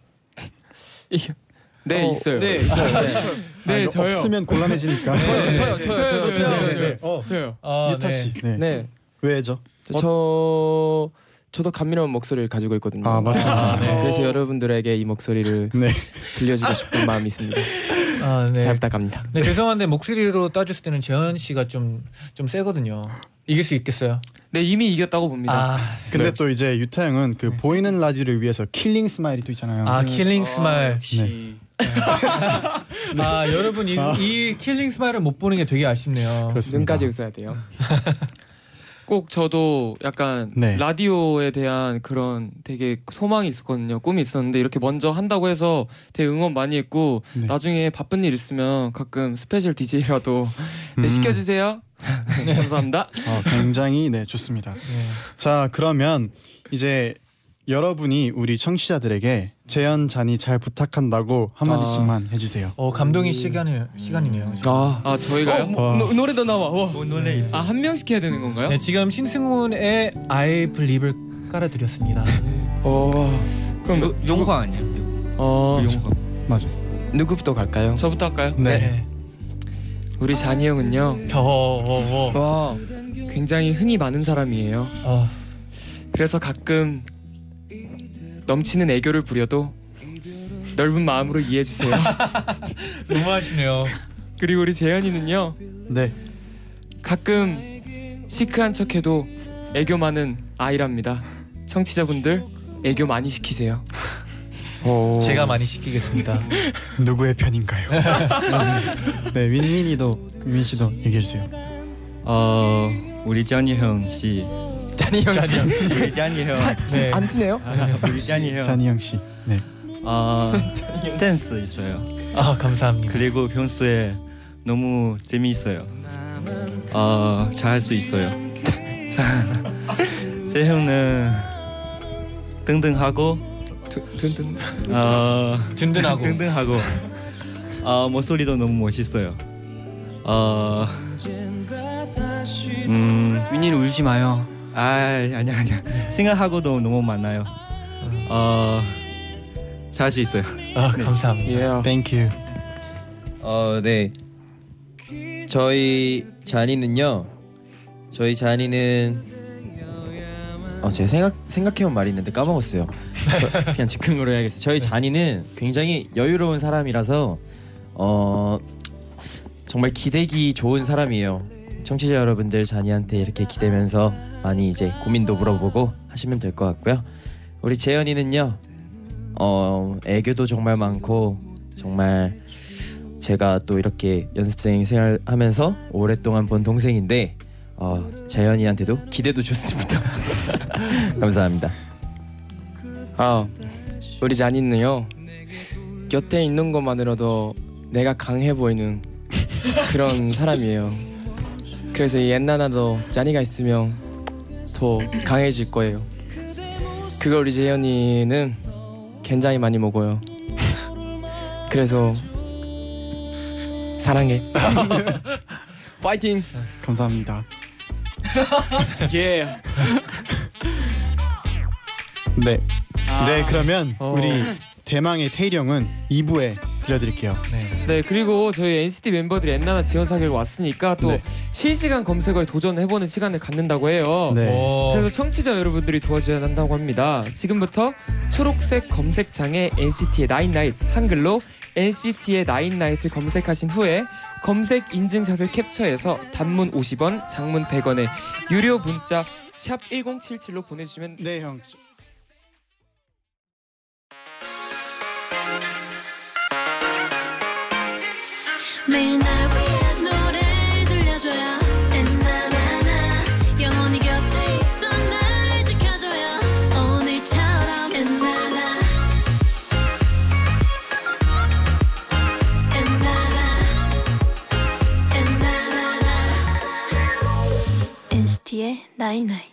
Speaker 8: 네
Speaker 6: 어,
Speaker 8: 있어요.
Speaker 7: 네, 있어요.
Speaker 8: 네,
Speaker 4: 아, 이거
Speaker 8: 저요.
Speaker 4: 없으면 곤란해지니까.
Speaker 2: 네.
Speaker 8: 저요, 저요, 저요, 저요,
Speaker 4: 네,
Speaker 8: 저요.
Speaker 4: 네. 어,
Speaker 8: 저요.
Speaker 2: 어,
Speaker 4: 유타 씨. 네.
Speaker 6: 네,
Speaker 4: 왜죠?
Speaker 6: 저 저도 감미로운 목소리를 가지고 있거든요.
Speaker 4: 아, 맞습니다.
Speaker 2: 아, 네.
Speaker 6: 그래서 여러분들에게 이 목소리를
Speaker 4: 네.
Speaker 6: 들려주고 싶은 마음이 있습니다.
Speaker 2: 네. 아, 네.
Speaker 6: 잘 부탁합니다.
Speaker 2: 네, 죄송한데 목소리로 따졌을 때는 재현 씨가 좀 좀 세거든요. 이길 수 있겠어요?
Speaker 8: 네 이미 이겼다고 봅니다.
Speaker 2: 아,
Speaker 4: 근데 또 이제 유타 형은 그 보이는 라디오를 위해서 킬링 스마일이 또 있잖아요.
Speaker 2: 아 킬링 스마일. 네.
Speaker 7: 역시
Speaker 2: 아 여러분 이, 이 킬링 스마일을 못 보는 게 되게 아쉽네요.
Speaker 4: 그렇습니다.
Speaker 6: 눈까지 웃어야 돼요.
Speaker 8: 꼭 저도 약간
Speaker 4: 네.
Speaker 8: 라디오에 대한 그런 되게 소망이 있었거든요. 꿈이 있었는데 이렇게 먼저 한다고 해서 되게 응원 많이 했고
Speaker 4: 네.
Speaker 8: 나중에 바쁜 일 있으면 가끔 스페셜 DJ라도
Speaker 4: 음.
Speaker 8: 시켜주세요. 네, 감사합니다.
Speaker 4: 어, 굉장히 네 좋습니다.
Speaker 2: 예.
Speaker 4: 자 그러면 이제 여러분이 우리 청취자들에게 재현 잔이 잘 부탁한다고 한마디씩만 해주세요.
Speaker 2: 어 감동의 시간이 시간이네요.
Speaker 4: 음.
Speaker 2: 지금.
Speaker 6: 아,
Speaker 8: 아 저희가요?
Speaker 4: 와.
Speaker 6: 노래도 나와. 와.
Speaker 9: 오늘에 있어.
Speaker 8: 아 한 명씩 해야 되는 건가요?
Speaker 2: 네, 지금 신승훈의 I Believe을 깔아드렸습니다.
Speaker 6: 어,
Speaker 8: 그럼
Speaker 9: 요- 용화 아니야? 요-
Speaker 6: 어,
Speaker 9: 용화.
Speaker 4: 맞아.
Speaker 6: 누구부터 갈까요?
Speaker 8: 저부터 할까요?
Speaker 4: 네.
Speaker 8: 우리 잔이 형은요.
Speaker 2: 어, 어, 어.
Speaker 8: 와 굉장히 흥이 많은 사람이에요.
Speaker 2: 어.
Speaker 8: 그래서 가끔 넘치는 애교를 부려도 넓은 마음으로 이해해 주세요.
Speaker 2: 너무하시네요.
Speaker 8: 그리고 우리 재현이는요.
Speaker 4: 네.
Speaker 8: 가끔 시크한 척해도 애교 많은 아이랍니다. 청취자분들 애교 많이 시키세요.
Speaker 2: 제가 많이 시키겠습니다.
Speaker 4: 누구의 편인가요? 네 윈민이도 윈 씨도 얘기해 주세요.
Speaker 9: 어 우리 짠이 형 씨.
Speaker 6: 잔이 형 씨.
Speaker 9: 우리 짠이 형.
Speaker 2: 네.
Speaker 6: 안 지네요?
Speaker 9: 아, 우리 짠이 형.
Speaker 4: 잔이 형 씨. 네.
Speaker 9: 아 센스 있어요.
Speaker 2: 아 감사합니다.
Speaker 9: 그리고 평소에 너무 재미있어요. 아 잘할 수 있어요. 제 형은 등등하고
Speaker 6: 든든.
Speaker 9: 어,
Speaker 2: 든든하고.
Speaker 9: 등등하고 어, 목소리도 너무 멋있어요. 어, 음,
Speaker 7: 윈이는 울지 마요.
Speaker 9: 아 아니야 아니야 생각하고도 너무 많아요. 어, 잘할 수 있어요.
Speaker 2: 아 감사합니다.
Speaker 6: 예.
Speaker 4: Thank you.
Speaker 1: 어, 네. 저희 자니는요. 저희 자니는 어, 제가 생각 생각해온 말이 있는데 까먹었어요. 저- 그냥 즉흥으로 해야겠어요. 저희 자니는 굉장히 여유로운 사람이라서 어 정말 기대기 좋은 사람이에요. 청취자 여러분들 자니한테 이렇게 기대면서 많이 이제 고민도 물어보고 하시면 될 것 같고요. 우리 재현이는요. 어 애교도 정말 많고 정말 제가 또 이렇게 연습생 생활하면서 오랫동안 본 동생인데 어, 재현이한테도 기대도 좋습니다. 감사합니다.
Speaker 6: 아, 우리 잔이는요 곁에 있는 것만으로도 내가 강해 보이는 그런 사람이에요. 그래서 이 엔나나도 잔이가 있으면 더 강해질 거예요. 그걸 우리 재현이는 굉장히 많이 먹어요. 그래서 사랑해. 파이팅.
Speaker 4: 감사합니다.
Speaker 7: 예.
Speaker 4: 네.
Speaker 7: 아.
Speaker 4: 네 그러면
Speaker 8: 어.
Speaker 4: 우리 대망의 테일 형은 2부에 들려드릴게요.
Speaker 8: 네 그리고 저희 NCT 멤버들이 엔나나 지원 사격 왔으니까 또
Speaker 4: 네.
Speaker 8: 실시간 검색어에 도전해보는 시간을 갖는다고 해요.
Speaker 2: 어.
Speaker 4: 네.
Speaker 8: 그래서 청취자 여러분들이 도와줘야 한다고 합니다. 지금부터 초록색 검색창에 NCT의 나인나이트 한글로 NCT의 나인나이트를 검색하신 후에 검색 인증샷을 캡처해서 단문 50원, 장문 100원에 유료 문자 샵 1077로 보내주시면
Speaker 4: 네 형.
Speaker 10: 매일 날 위한 노래를 들려줘요 엔나나나 영원히 곁에 있어 날 지켜줘요 오늘처럼 엔나나 엔나나 엔나나나 NCT의 나이나이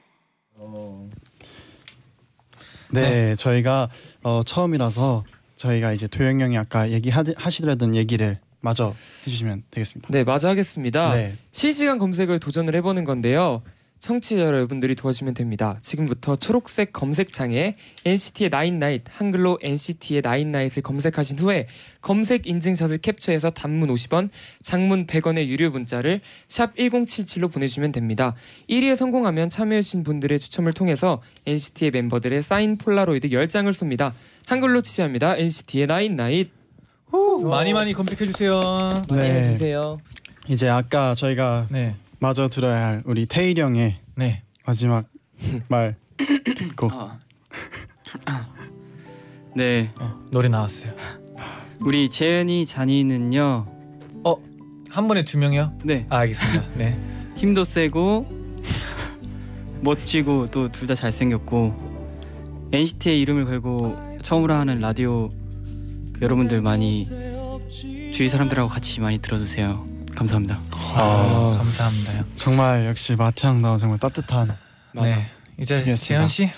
Speaker 4: 네, 저희가 어, 처음이라서 저희가 이제 도영 형이 아까 얘기하시더라던 얘기를 마저 해주시면 되겠습니다.
Speaker 8: 네 마저 하겠습니다.
Speaker 4: 네.
Speaker 8: 실시간 검색을 도전을 해보는 건데요. 청취자 여러분들이 도와주시면 됩니다. 지금부터 초록색 검색창에 NCT의 나인나잇 한글로 NCT의 나인나잇을 검색하신 후에 검색 인증샷을 캡처해서 단문 50원, 장문 100원의 유료 문자를 샵 1077로 보내주시면 됩니다. 1위에 성공하면 참여해주신 분들의 추첨을 통해서 NCT의 멤버들의 사인 폴라로이드 10장을 쏩니다. 한글로 지시합니다. NCT의 나인나잇
Speaker 2: 많이 많이 검색해 주세요.
Speaker 4: 많이 네.
Speaker 6: 해주세요.
Speaker 4: 이제 아까 저희가
Speaker 2: 네,
Speaker 4: 마저 들어야 할 우리 테일 형의
Speaker 2: 네.
Speaker 4: 마지막 말 듣고
Speaker 7: 아. 네,
Speaker 2: 노래 나왔어요.
Speaker 7: 우리 재현이 잔이는요.
Speaker 2: 한 번에 두 명이요?
Speaker 7: 네,
Speaker 2: 아, 알겠습니다. 네.
Speaker 7: 힘도 세고 멋지고 또 둘 다 잘생겼고 NCT의 이름을 걸고 처음으로 하는 라디오 그 여러분들 많이 주위 사람들하고 같이 많이 들어주세요. 감사합니다.
Speaker 4: 아,
Speaker 2: 감사합니다. 네. 형.
Speaker 4: 정말 역시 마트 형 나온 정말 따뜻한
Speaker 6: 맞아.
Speaker 2: 네. 이제 재현
Speaker 4: 준비했습니다.
Speaker 2: 씨.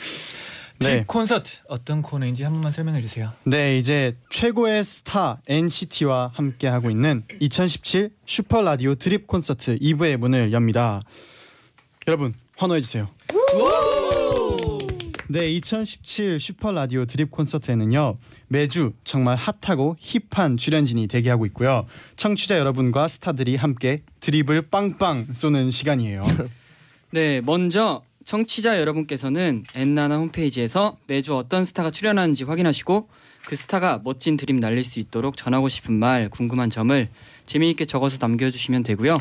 Speaker 4: 네.
Speaker 2: 네. 콘서트 어떤 코너인지 한 번만 설명해 주세요.
Speaker 4: 네 이제 최고의 스타 NCT와 함께 하고 있는 2017 슈퍼 라디오 드립 콘서트 2부의 문을 엽니다. 여러분 환호해 주세요. 네, 2017 슈퍼 라디오 드립 콘서트에는요 매주 정말 핫하고 힙한 출연진이 대기하고 있고요 청취자 여러분과 스타들이 함께 드립을 빵빵 쏘는 시간이에요.
Speaker 7: 네, 먼저 청취자 여러분께서는 엔나나 홈페이지에서 매주 어떤 스타가 출연하는지 확인하시고 그 스타가 멋진 드립 날릴 수 있도록 전하고 싶은 말, 궁금한 점을 재미있게 적어서 남겨주시면 되고요.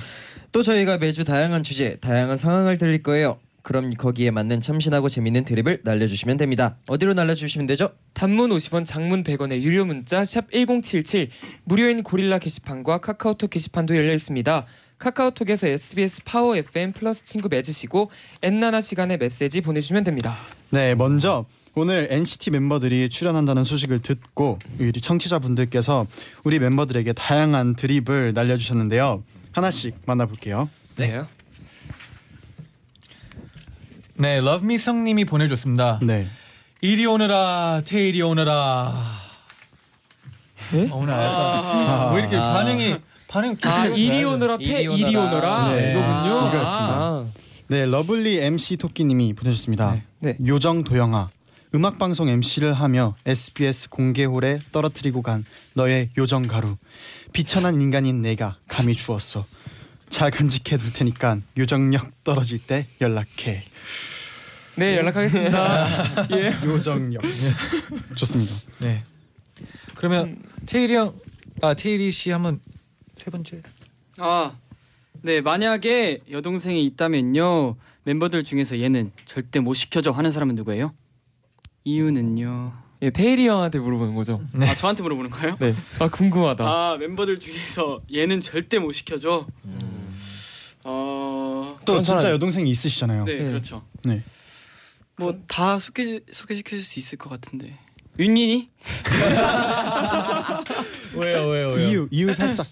Speaker 1: 또 저희가 매주 다양한 주제, 다양한 상황을 드릴 거예요. 그럼 거기에 맞는 참신하고 재밌는 드립을 날려주시면 됩니다. 어디로 날려주시면 되죠?
Speaker 8: 단문 50원, 장문 100원의 유료 문자 샵 #1077 무료인 고릴라 게시판과 카카오톡 게시판도 열려 있습니다. 카카오톡에서 SBS 파워 FM 플러스 친구 맺으시고 엔나나 시간에 메시지 보내주시면 됩니다.
Speaker 4: 네, 먼저 오늘 NCT 멤버들이 출연한다는 소식을 듣고 우리 청취자분들께서 우리 멤버들에게 다양한 드립을 날려주셨는데요 하나씩 만나볼게요.
Speaker 8: 네.
Speaker 2: 네, Love Me 성님이 보내줬습니다.
Speaker 4: 네,
Speaker 2: 이리 오너라, 테일이 오너라. 어,
Speaker 8: 네?
Speaker 2: 오늘 아, 왜 이렇게 반응이 반응
Speaker 8: 아
Speaker 2: 좋아요. 아,
Speaker 8: 이리 오너라 패
Speaker 1: 이리 오너라.
Speaker 8: 이리 오너라
Speaker 4: 네.
Speaker 7: 아,
Speaker 8: 이거군요.
Speaker 4: 이거였습니다.
Speaker 8: 아,
Speaker 4: 네, 러블리 MC 토끼님이 보내주셨습니다.
Speaker 8: 네.
Speaker 4: 요정 도영아 음악 방송 MC를 하며 SBS 공개홀에 떨어뜨리고 간 너의 요정 가루 비천한 인간인 내가 감히 주었어 잘 간직해 둘 테니까 요정력 떨어질 때 연락해
Speaker 8: 네 연락하겠습니다.
Speaker 4: 요정력 좋습니다
Speaker 2: 네. 그러면 테일이 형, 아 테일이 씨 한번 세 번째.
Speaker 7: 아, 네 만약에 여동생이 있다면요 멤버들 중에서 얘는 절대 못 시켜줘 하는 사람은 누구예요? 이유는요.
Speaker 8: 예, 테일이 형한테 물어보는 거죠.
Speaker 7: 아 저한테 물어보는 거예요?
Speaker 8: 네. 아 궁금하다.
Speaker 7: 아 멤버들 중에서 얘는 절대 못 시켜줘. 어,
Speaker 4: 또
Speaker 8: 그런
Speaker 4: 진짜
Speaker 8: 사람-
Speaker 4: 여동생이 있으시잖아요
Speaker 7: 네
Speaker 8: 네.
Speaker 7: 그렇죠.
Speaker 4: 네.
Speaker 7: 뭐 다 소개 소개시켜줄 수 있을 것 같은데. 윈윈이?
Speaker 11: 왜요 왜요 왜요?
Speaker 4: 이유 이유 살짝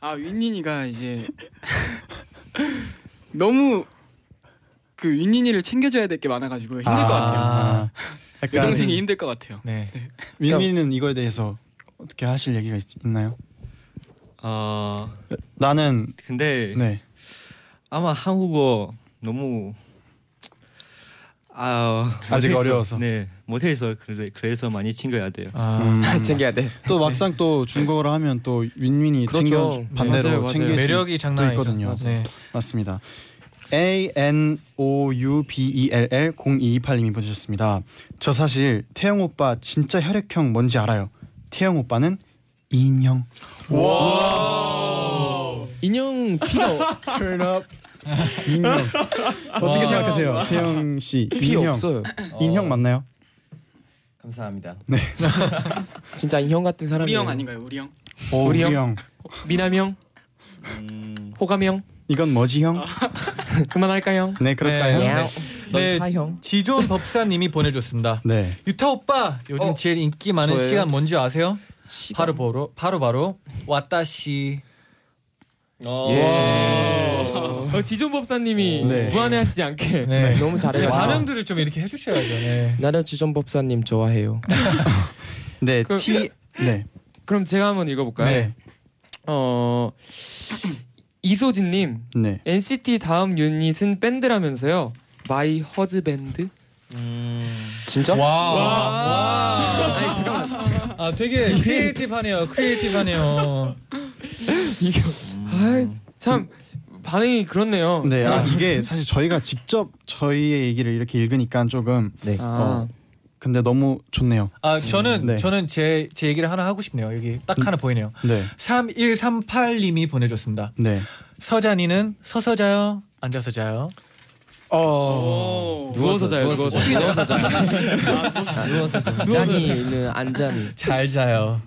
Speaker 7: 아 윈윈이가 이제 너무 그 윈윈이를 챙겨줘야 될 게 많아가지고 힘들 것 같아요.
Speaker 4: 아, 약간-
Speaker 7: 여동생이 힘들 것 같아요.
Speaker 4: 네. 윈윈은 이거에 대해서 어떻게 하실 얘기가 있, 나요
Speaker 9: 어
Speaker 4: 나는
Speaker 9: 근데
Speaker 4: 네.
Speaker 9: 아마 한국어 너무 아
Speaker 4: 아직
Speaker 9: 못해서-
Speaker 4: 어려워서.
Speaker 9: 네 못해서 그래, 그래서 많이 챙겨야 돼요.
Speaker 1: 아.
Speaker 4: 음.
Speaker 6: 챙겨야 돼.
Speaker 4: 또 막상 또 중국어로 하면 또 윈윈이
Speaker 6: 네. 그렇죠.
Speaker 4: 챙겨
Speaker 6: 네.
Speaker 4: 반대로
Speaker 6: 맞아요, 맞아요.
Speaker 4: 챙길 수
Speaker 2: 매력이
Speaker 4: 또
Speaker 2: 장난 아니죠.
Speaker 4: 있거든요.
Speaker 2: 네.
Speaker 4: 맞습니다. A N O U B E L L 0228님이 보내셨습니다. 저 사실 태영 오빠 진짜 혈액형 뭔지 알아요. 태영 오빠는 인형.
Speaker 6: 인형 피가
Speaker 4: Turn up. 인형. 어떻게 생각하세요, 태영 씨?
Speaker 6: 피
Speaker 4: 인형.
Speaker 6: 없어요.
Speaker 4: 인형 맞나요?
Speaker 1: 감사합니다.
Speaker 6: 진짜 인형 같은
Speaker 7: 우리
Speaker 6: 사람이에요.
Speaker 7: 형 아닌가요? 우리 형?
Speaker 4: 오,
Speaker 8: 우리
Speaker 4: 우리
Speaker 8: 형?
Speaker 4: 형.
Speaker 8: 미남형,
Speaker 9: 음.
Speaker 8: 호감형,
Speaker 4: 이건 뭐지 형?
Speaker 8: 그만할까요?
Speaker 4: 네 그럴까요?
Speaker 2: 네.
Speaker 4: 네.
Speaker 2: 네,
Speaker 1: 사형.
Speaker 2: 지존 법사님이 보내줬습니다.
Speaker 4: 네.
Speaker 2: 유타 오빠 요즘
Speaker 6: 어,
Speaker 2: 제일 인기 많은
Speaker 6: 저예요?
Speaker 2: 시간 뭔지 아세요?
Speaker 4: 어,
Speaker 2: 바로 바로 바로 바로 왔다시
Speaker 8: 예. 어, 지존 법사님이
Speaker 4: 네.
Speaker 8: 무안해하시지 않게
Speaker 2: 네.
Speaker 6: 너무 잘해요.
Speaker 2: 반응들을 좀 이렇게 해주셔야죠. 네.
Speaker 6: 나라 지전 법사님 좋아해요.
Speaker 4: 네.
Speaker 8: 그럼-
Speaker 4: T. 네.
Speaker 8: 그럼 제가 한번 읽어볼까요?
Speaker 2: 네.
Speaker 8: 어 이소진님
Speaker 4: 네.
Speaker 8: NCT 다음 유닛은 밴드라면서요? 마이 허즈밴드?
Speaker 6: 진짜?
Speaker 2: 와.
Speaker 8: 아니 잠깐만
Speaker 2: 아 되게 크리에이티브하네요. 크리에이티브하네요.
Speaker 8: 이게 아참 반응이 그렇네요.
Speaker 4: 네. 아, 이게 사실 저희가 직접 저희의 얘기를 이렇게 읽으니까 조금
Speaker 1: 네.
Speaker 8: 아,
Speaker 6: 어.
Speaker 4: 근데 너무 좋네요.
Speaker 2: 아 저는
Speaker 4: 음, 네.
Speaker 2: 저는 제 제 얘기를 하나 하고 싶네요. 여기 딱 하나 보이네요.
Speaker 4: 네.
Speaker 2: 3138님이 보내줬습니다.
Speaker 4: 네.
Speaker 2: 서잔이는 서서 자요, 앉아서 자요.
Speaker 7: 오.
Speaker 8: 누워서 자요. 누워서 자요.
Speaker 6: 누워서 자. 짠이는 안 짠이.
Speaker 2: 잘 자요.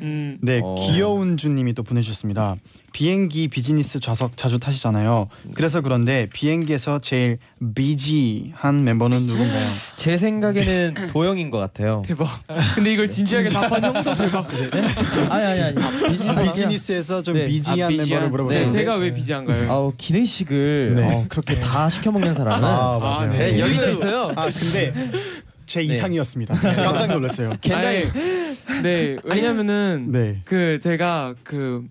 Speaker 8: 음,
Speaker 4: 네,
Speaker 1: 어.
Speaker 4: 귀여운 주님이 또 보내주셨습니다. 비행기 비즈니스 좌석 자주 타시잖아요. 그래서 그런데 비행기에서 제일 비지한 멤버는 누군가요?
Speaker 1: 제 생각에는 도영인 것 같아요.
Speaker 8: 대박. 근데 이걸 진지하게 답한 형도 대박.
Speaker 1: 아니 아니 아니.
Speaker 4: 비즈니스에서 좀
Speaker 1: 네.
Speaker 4: 비지한
Speaker 1: 아, 비지한?
Speaker 4: 멤버를 물어보는데
Speaker 8: 네, 제가 왜 비지한가요?
Speaker 1: 아우 기내 식을
Speaker 4: 네.
Speaker 1: 어, 그렇게 다 시켜 먹는 사람은
Speaker 4: 아 맞아요. 아,
Speaker 6: 네, 여기가 있어요.
Speaker 4: 근데 제 이상이었습니다. 깜짝 놀랐어요.
Speaker 6: 굉장히
Speaker 8: 아니, 네 왜냐면은
Speaker 4: 네,
Speaker 8: 그 제가 그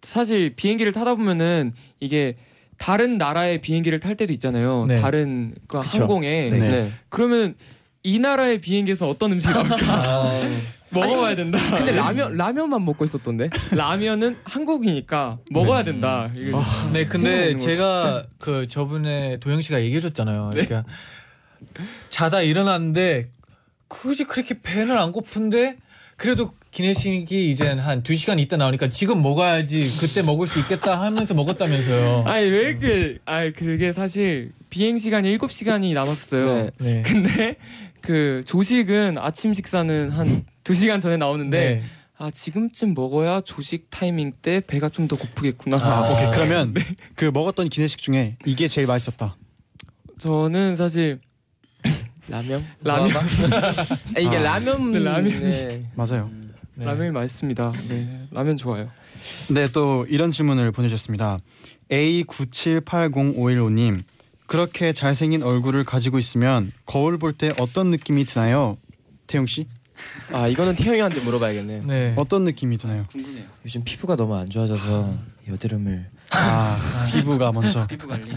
Speaker 8: 사실 비행기를 타다 보면은 이게 다른 나라의 비행기를 탈 때도 있잖아요.
Speaker 2: 네.
Speaker 8: 다른 그
Speaker 1: 그쵸.
Speaker 8: 항공에
Speaker 4: 네.
Speaker 6: 네.
Speaker 8: 그러면 이 나라의 비행기에서 어떤 음식이 나올까
Speaker 2: 아.
Speaker 8: 먹어봐야 된다.
Speaker 6: 근데 라면 라면만 먹고 있었던데.
Speaker 8: 라면은 한국이니까 먹어야 된다. 이게
Speaker 6: 아.
Speaker 2: 네, 근데
Speaker 8: 생각나는 거죠.
Speaker 2: 제가 그 저번에 도영 씨가 얘기해줬잖아요. 그러니까 자다 일어났는데 굳이 그렇게 배는 안 고픈데 그래도 기내식이 이젠 한2 시간 있다 나오니까 지금 먹어야지 그때 먹을 수 있겠다 하면서 먹었다면서요.
Speaker 8: 아니 왜 이렇게 아니 그게 사실 비행 시간이 7 시간이 남았어요.
Speaker 6: 네.
Speaker 2: 네.
Speaker 8: 근데 그 조식은 아침 식사는 한2 시간 전에 나오는데
Speaker 2: 네.
Speaker 8: 아 지금쯤 먹어야 조식 타이밍 때 배가 좀 더 고프겠구나. 어,
Speaker 4: 아, 오케이 그러면 그 먹었던 기내식 중에 이게 제일 맛있었다.
Speaker 8: 저는 사실
Speaker 6: 라면?
Speaker 8: 라면
Speaker 6: 아, 이게
Speaker 4: 아.
Speaker 6: 라면.
Speaker 8: 네, 라면이.
Speaker 6: 네.
Speaker 4: 맞아요.
Speaker 2: 네.
Speaker 8: 라면이 맛있습니다. 네, 라면 좋아요.
Speaker 4: 네, 또 이런 질문을 보내주셨습니다. A9780515님 그렇게 잘생긴 얼굴을 가지고 있으면 거울 볼 때 어떤 느낌이 드나요? 태용 씨
Speaker 6: 아 이거는 태영이한테 물어봐야겠네.
Speaker 2: 네.
Speaker 4: 어떤 느낌이 드나요?
Speaker 7: 궁금해요.
Speaker 1: 요즘 피부가 너무 안 좋아져서 여드름을
Speaker 4: 아 피부가 먼저
Speaker 7: 피부 관리.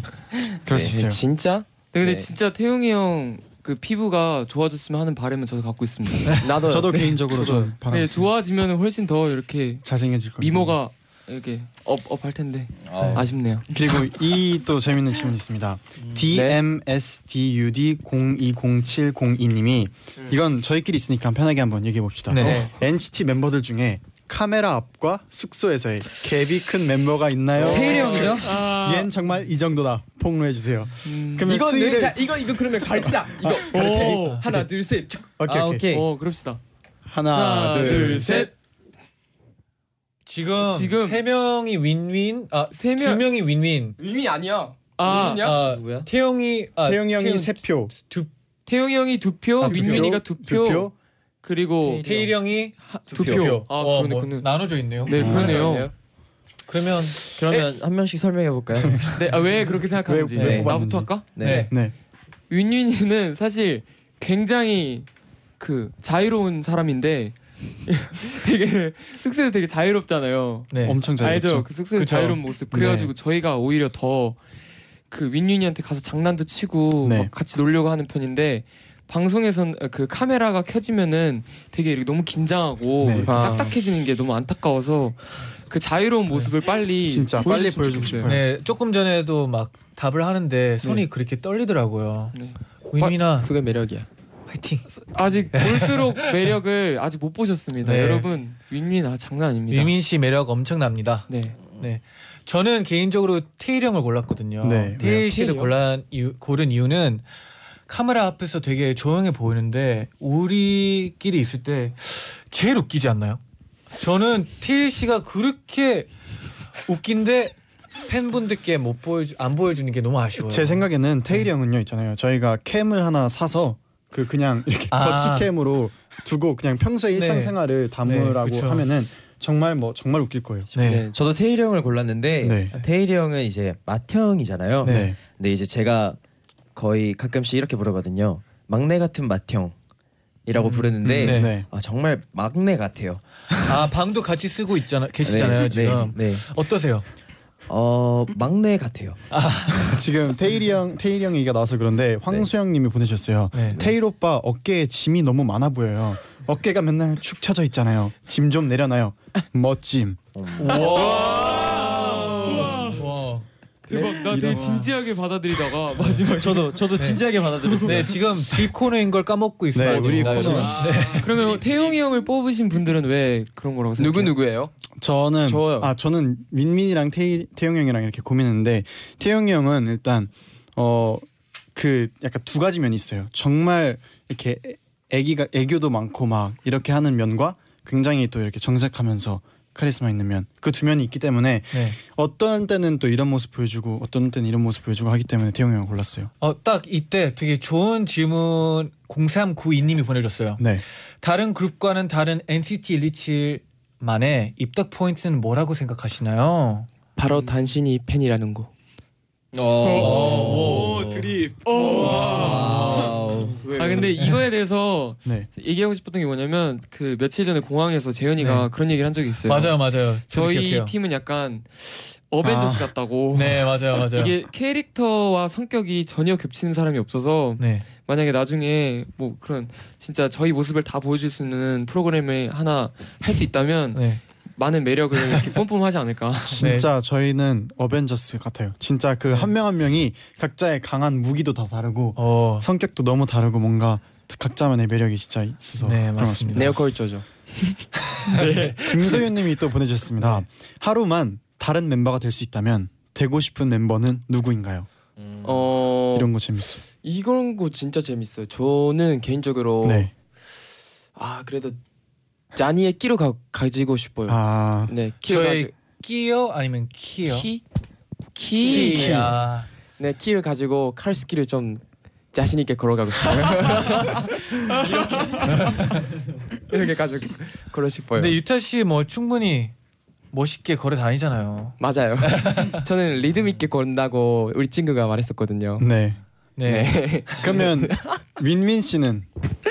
Speaker 4: 그럴 수
Speaker 1: 네.
Speaker 4: 있어요.
Speaker 6: 진짜?
Speaker 8: 네, 근데
Speaker 1: 네.
Speaker 8: 진짜 태용이 형 그 피부가 좋아졌으면 하는 바람은 저도 갖고 있습니다.
Speaker 6: 나도.
Speaker 4: 저도 개인적으로 좀 바람
Speaker 8: 네, 좋아지면 훨씬 더 이렇게
Speaker 4: 잘생겨질 거예요.
Speaker 8: 미모가 이렇게 업업 할 텐데 아쉽네요.
Speaker 4: 그리고 이 또 재밌는 질문이 있습니다. DMSDUD020702님이 이건 저희끼리 있으니까 편하게 한번 얘기해 봅시다. 어?
Speaker 2: 네.
Speaker 4: NCT 멤버들 중에 카메라 앞과 숙소에서의 갭이 큰 멤버가 있나요?
Speaker 1: 테일이 형이죠?
Speaker 4: 아, 얜 정말 이 정도다. 폭로해 주세요.
Speaker 8: 음,
Speaker 4: 그러면
Speaker 6: 이건
Speaker 4: 아, 수위를 아,
Speaker 6: 자, 이거 이거 그러면 갈치다. 이거 갈치. 하나 둘 셋. 촥.
Speaker 4: 오케이,
Speaker 1: 아,
Speaker 4: 오케이.
Speaker 1: 오케이.
Speaker 8: 어, 그럽시다.
Speaker 4: 하나,
Speaker 8: 하나,
Speaker 4: 둘,
Speaker 8: 둘,
Speaker 4: 셋.
Speaker 2: 지금,
Speaker 8: 지금-
Speaker 2: 세 명이 윈윈, 아,
Speaker 8: 세
Speaker 2: 두
Speaker 8: 명.
Speaker 2: 명이 윈윈.
Speaker 6: 의미 아니야.
Speaker 8: 아,
Speaker 6: 윈윈이야?
Speaker 2: 아,
Speaker 1: 누구야?
Speaker 2: 태영이, 아,
Speaker 4: 태영 형이
Speaker 2: 태영-
Speaker 4: 세 표.
Speaker 2: 두,
Speaker 8: 태용이 형이 두 표,
Speaker 4: 아, 두 표,
Speaker 8: 민민이가 두 표, 그리고
Speaker 2: 테일이 형이 두
Speaker 8: 두 표.
Speaker 2: 표.
Speaker 8: 아,
Speaker 2: 어,
Speaker 8: 그러네,
Speaker 2: 뭐
Speaker 8: 그러네.
Speaker 2: 나눠져 아, 있네요.
Speaker 8: 네 그러네요.
Speaker 6: 그러네요.
Speaker 2: 그러면
Speaker 1: 그러면 한 명씩 설명해 볼까요?
Speaker 8: 네, 아, 왜 그렇게 생각하는지
Speaker 4: 왜 뽑았는지.
Speaker 8: 나부터 할까?
Speaker 2: 네.
Speaker 4: 네.
Speaker 8: 윤윤이는 사실 굉장히 그 자유로운 사람인데 되게 숙소에서 되게 자유롭잖아요.
Speaker 2: 네.
Speaker 4: 엄청 잘
Speaker 8: 알죠? 네.
Speaker 4: 됐죠.
Speaker 8: 그 숙소에서
Speaker 2: 그쵸.
Speaker 8: 자유로운 모습. 그래가지고 저희가 오히려 더 그 윈윈이한테 가서 장난도 치고
Speaker 4: 네.
Speaker 8: 막 같이 놀려고 하는 편인데 방송에선 그 카메라가 켜지면은 되게 이렇게 너무 긴장하고
Speaker 4: 네.
Speaker 8: 이렇게
Speaker 6: 아.
Speaker 8: 딱딱해지는 게 너무 안타까워서 그 자유로운 모습을 빨리
Speaker 4: 네. 진짜 빨리
Speaker 8: 보여줬으면
Speaker 4: 보여주고
Speaker 8: 좋겠어요.
Speaker 4: 싶어요.
Speaker 2: 네, 조금 전에도 막 답을 하는데 손이 그렇게 떨리더라고요.
Speaker 8: 네.
Speaker 2: 윈윈아
Speaker 6: 그게 매력이야.
Speaker 2: 화이팅.
Speaker 8: 아직 볼수록 매력을 아직 못 보셨습니다.
Speaker 2: 네.
Speaker 8: 여러분 윈윈 아 장난 아닙니다.
Speaker 2: 윈윈 씨 매력 엄청납니다.
Speaker 8: 네.
Speaker 2: 저는 개인적으로 테일 형을 골랐거든요.
Speaker 4: 네,
Speaker 2: 테일
Speaker 8: 왜요?
Speaker 2: 씨를
Speaker 8: 테일이요?
Speaker 2: 골란 이유, 고른 이유는 카메라 앞에서 되게 조용해 보이는데 우리끼리 있을 때 제일 웃기지 않나요? 저는 테일 씨가 그렇게 웃긴데 팬분들께 못 보여주 안 보여주는 게 너무 아쉬워요. 네.
Speaker 4: 제 생각에는 테일이 형은요 있잖아요. 저희가 캠을 하나 사서 그 그냥 이렇게
Speaker 2: 아.
Speaker 4: 거치캠으로 두고 그냥 평소에
Speaker 2: 네.
Speaker 4: 일상생활을 담으라고
Speaker 2: 그쵸.
Speaker 4: 하면은 정말 뭐 정말 웃길 거예요.
Speaker 2: 네.
Speaker 1: 네, 저도 테일이 형을 골랐는데
Speaker 4: 네.
Speaker 1: 테일이 형은 이제 맏형이잖아요.
Speaker 2: 네.
Speaker 1: 근데 이제 제가 거의 가끔씩 이렇게 부르거든요. 막내 같은 맏형이라고 부르는데
Speaker 2: 네.
Speaker 1: 아, 정말 막내 같아요.
Speaker 2: 아 방도 같이 쓰고 있잖아 계시잖아요
Speaker 1: 네,
Speaker 2: 지금
Speaker 1: 네, 네.
Speaker 2: 어떠세요?
Speaker 1: 어 막내 같아요.
Speaker 4: 지금 테일이 형 테일이 형 얘기가 나와서 그런데 황수영님이 보내셨어요.
Speaker 2: 네.
Speaker 4: 테일 오빠 어깨에 짐이 너무 많아 보여요. 어깨가 맨날 축 처져 있잖아요. 짐 좀 내려놔요. 멋짐.
Speaker 2: 와. 네.
Speaker 8: 대박. 나 되게 진지하게 받아들이다가 마지막
Speaker 1: 저도 저도 진지하게 받아들였어요.
Speaker 2: 네 지금 뒷 코너인 걸 까먹고
Speaker 4: 네,
Speaker 2: 있어요.
Speaker 4: 우리
Speaker 2: 나
Speaker 4: 코너.
Speaker 2: 지금.
Speaker 8: 그러면 뭐 태용이 형을 뽑으신 분들은 왜 그런 거라고 생각해요?
Speaker 6: 누구 누구예요?
Speaker 4: 저는
Speaker 6: 저요.
Speaker 4: 아 저는 민민이랑 테일 태용 형이랑 이렇게 고민했는데 태용 형은 일단 어 그 약간 두 가지 면이 있어요. 정말 이렇게 애- 애기가 애교도 많고 막 이렇게 하는 면과 굉장히 또 이렇게 정색하면서 카리스마 있는 면 그 두 면이 있기 때문에
Speaker 2: 네.
Speaker 4: 어떤 때는 또 이런 모습 보여주고 어떤 때는 이런 모습 보여주고 하기 때문에 태용 형을 골랐어요.
Speaker 2: 어, 딱 이때 되게 좋은 질문 0392님이 보내줬어요.
Speaker 4: 네.
Speaker 2: 다른 그룹과는 다른 NCT 127만의 입덕 포인트는 뭐라고 생각하시나요?
Speaker 6: 바로 단신이 팬이라는 거. 어.
Speaker 2: 네. 오,
Speaker 6: 드립.
Speaker 8: 아 근데 이거에 대해서
Speaker 4: 네.
Speaker 8: 얘기하고 싶었던 게 뭐냐면 그 며칠 전에 공항에서 재현이가 그런 얘기를 한 적이 있어요.
Speaker 2: 네. 맞아요, 맞아요. 저도
Speaker 8: 네. 저희
Speaker 2: 기억해요.
Speaker 8: 팀은 약간 어벤져스 같다고.
Speaker 2: 네, 맞아요, 맞아요.
Speaker 8: 이게 캐릭터와 성격이 전혀 겹치는 사람이 없어서
Speaker 2: 네,
Speaker 8: 만약에 나중에 뭐 그런 진짜 저희 모습을 다 보여줄 수 있는 프로그램을 하나 할 수 있다면
Speaker 2: 네.
Speaker 8: 많은 매력을 이렇게 뿜뿜하지 않을까.
Speaker 4: 진짜 저희는 어벤져스 같아요. 진짜 그 한 명 한 명이 각자의 강한 무기도 다 다르고
Speaker 2: 어,
Speaker 4: 성격도 너무 다르고 뭔가 각자만의 매력이 진짜 있어서
Speaker 2: 네,
Speaker 4: 그런 것
Speaker 2: 맞습니다.
Speaker 6: 네오컬처죠.
Speaker 4: 김소윤님이 또 보내주셨습니다.
Speaker 2: 네.
Speaker 4: 하루만 다른 멤버가 될 수 있다면 되고 싶은 멤버는 누구인가요?
Speaker 6: 어
Speaker 4: 이런 거 재밌어.
Speaker 6: 이런 거 진짜 재밌어요. 저는
Speaker 9: 어.
Speaker 6: 개인적으로
Speaker 4: 네.
Speaker 6: 아 그래도 자니의 끼로 가, 가지고 싶어요.
Speaker 4: 아
Speaker 6: 네, 끼를
Speaker 2: 저의
Speaker 6: 가지
Speaker 2: 끼요 아니면 키요?
Speaker 6: 키?
Speaker 2: 키.
Speaker 6: 키.
Speaker 2: 아,
Speaker 6: 네, 키를 가지고 칼 스키를 좀 자신 있게 걸어가고 싶어요. 이렇게, 이렇게 가지고 걸어 싶어요.
Speaker 2: 근데 유타 씨 뭐 충분히 멋있게 걸어 다니잖아요.
Speaker 6: 맞아요. 저는 리듬 있게 건다고 우리 친구가 말했었거든요.
Speaker 1: 음.
Speaker 4: 네.
Speaker 2: 네.
Speaker 4: 그러면 윈민 씨는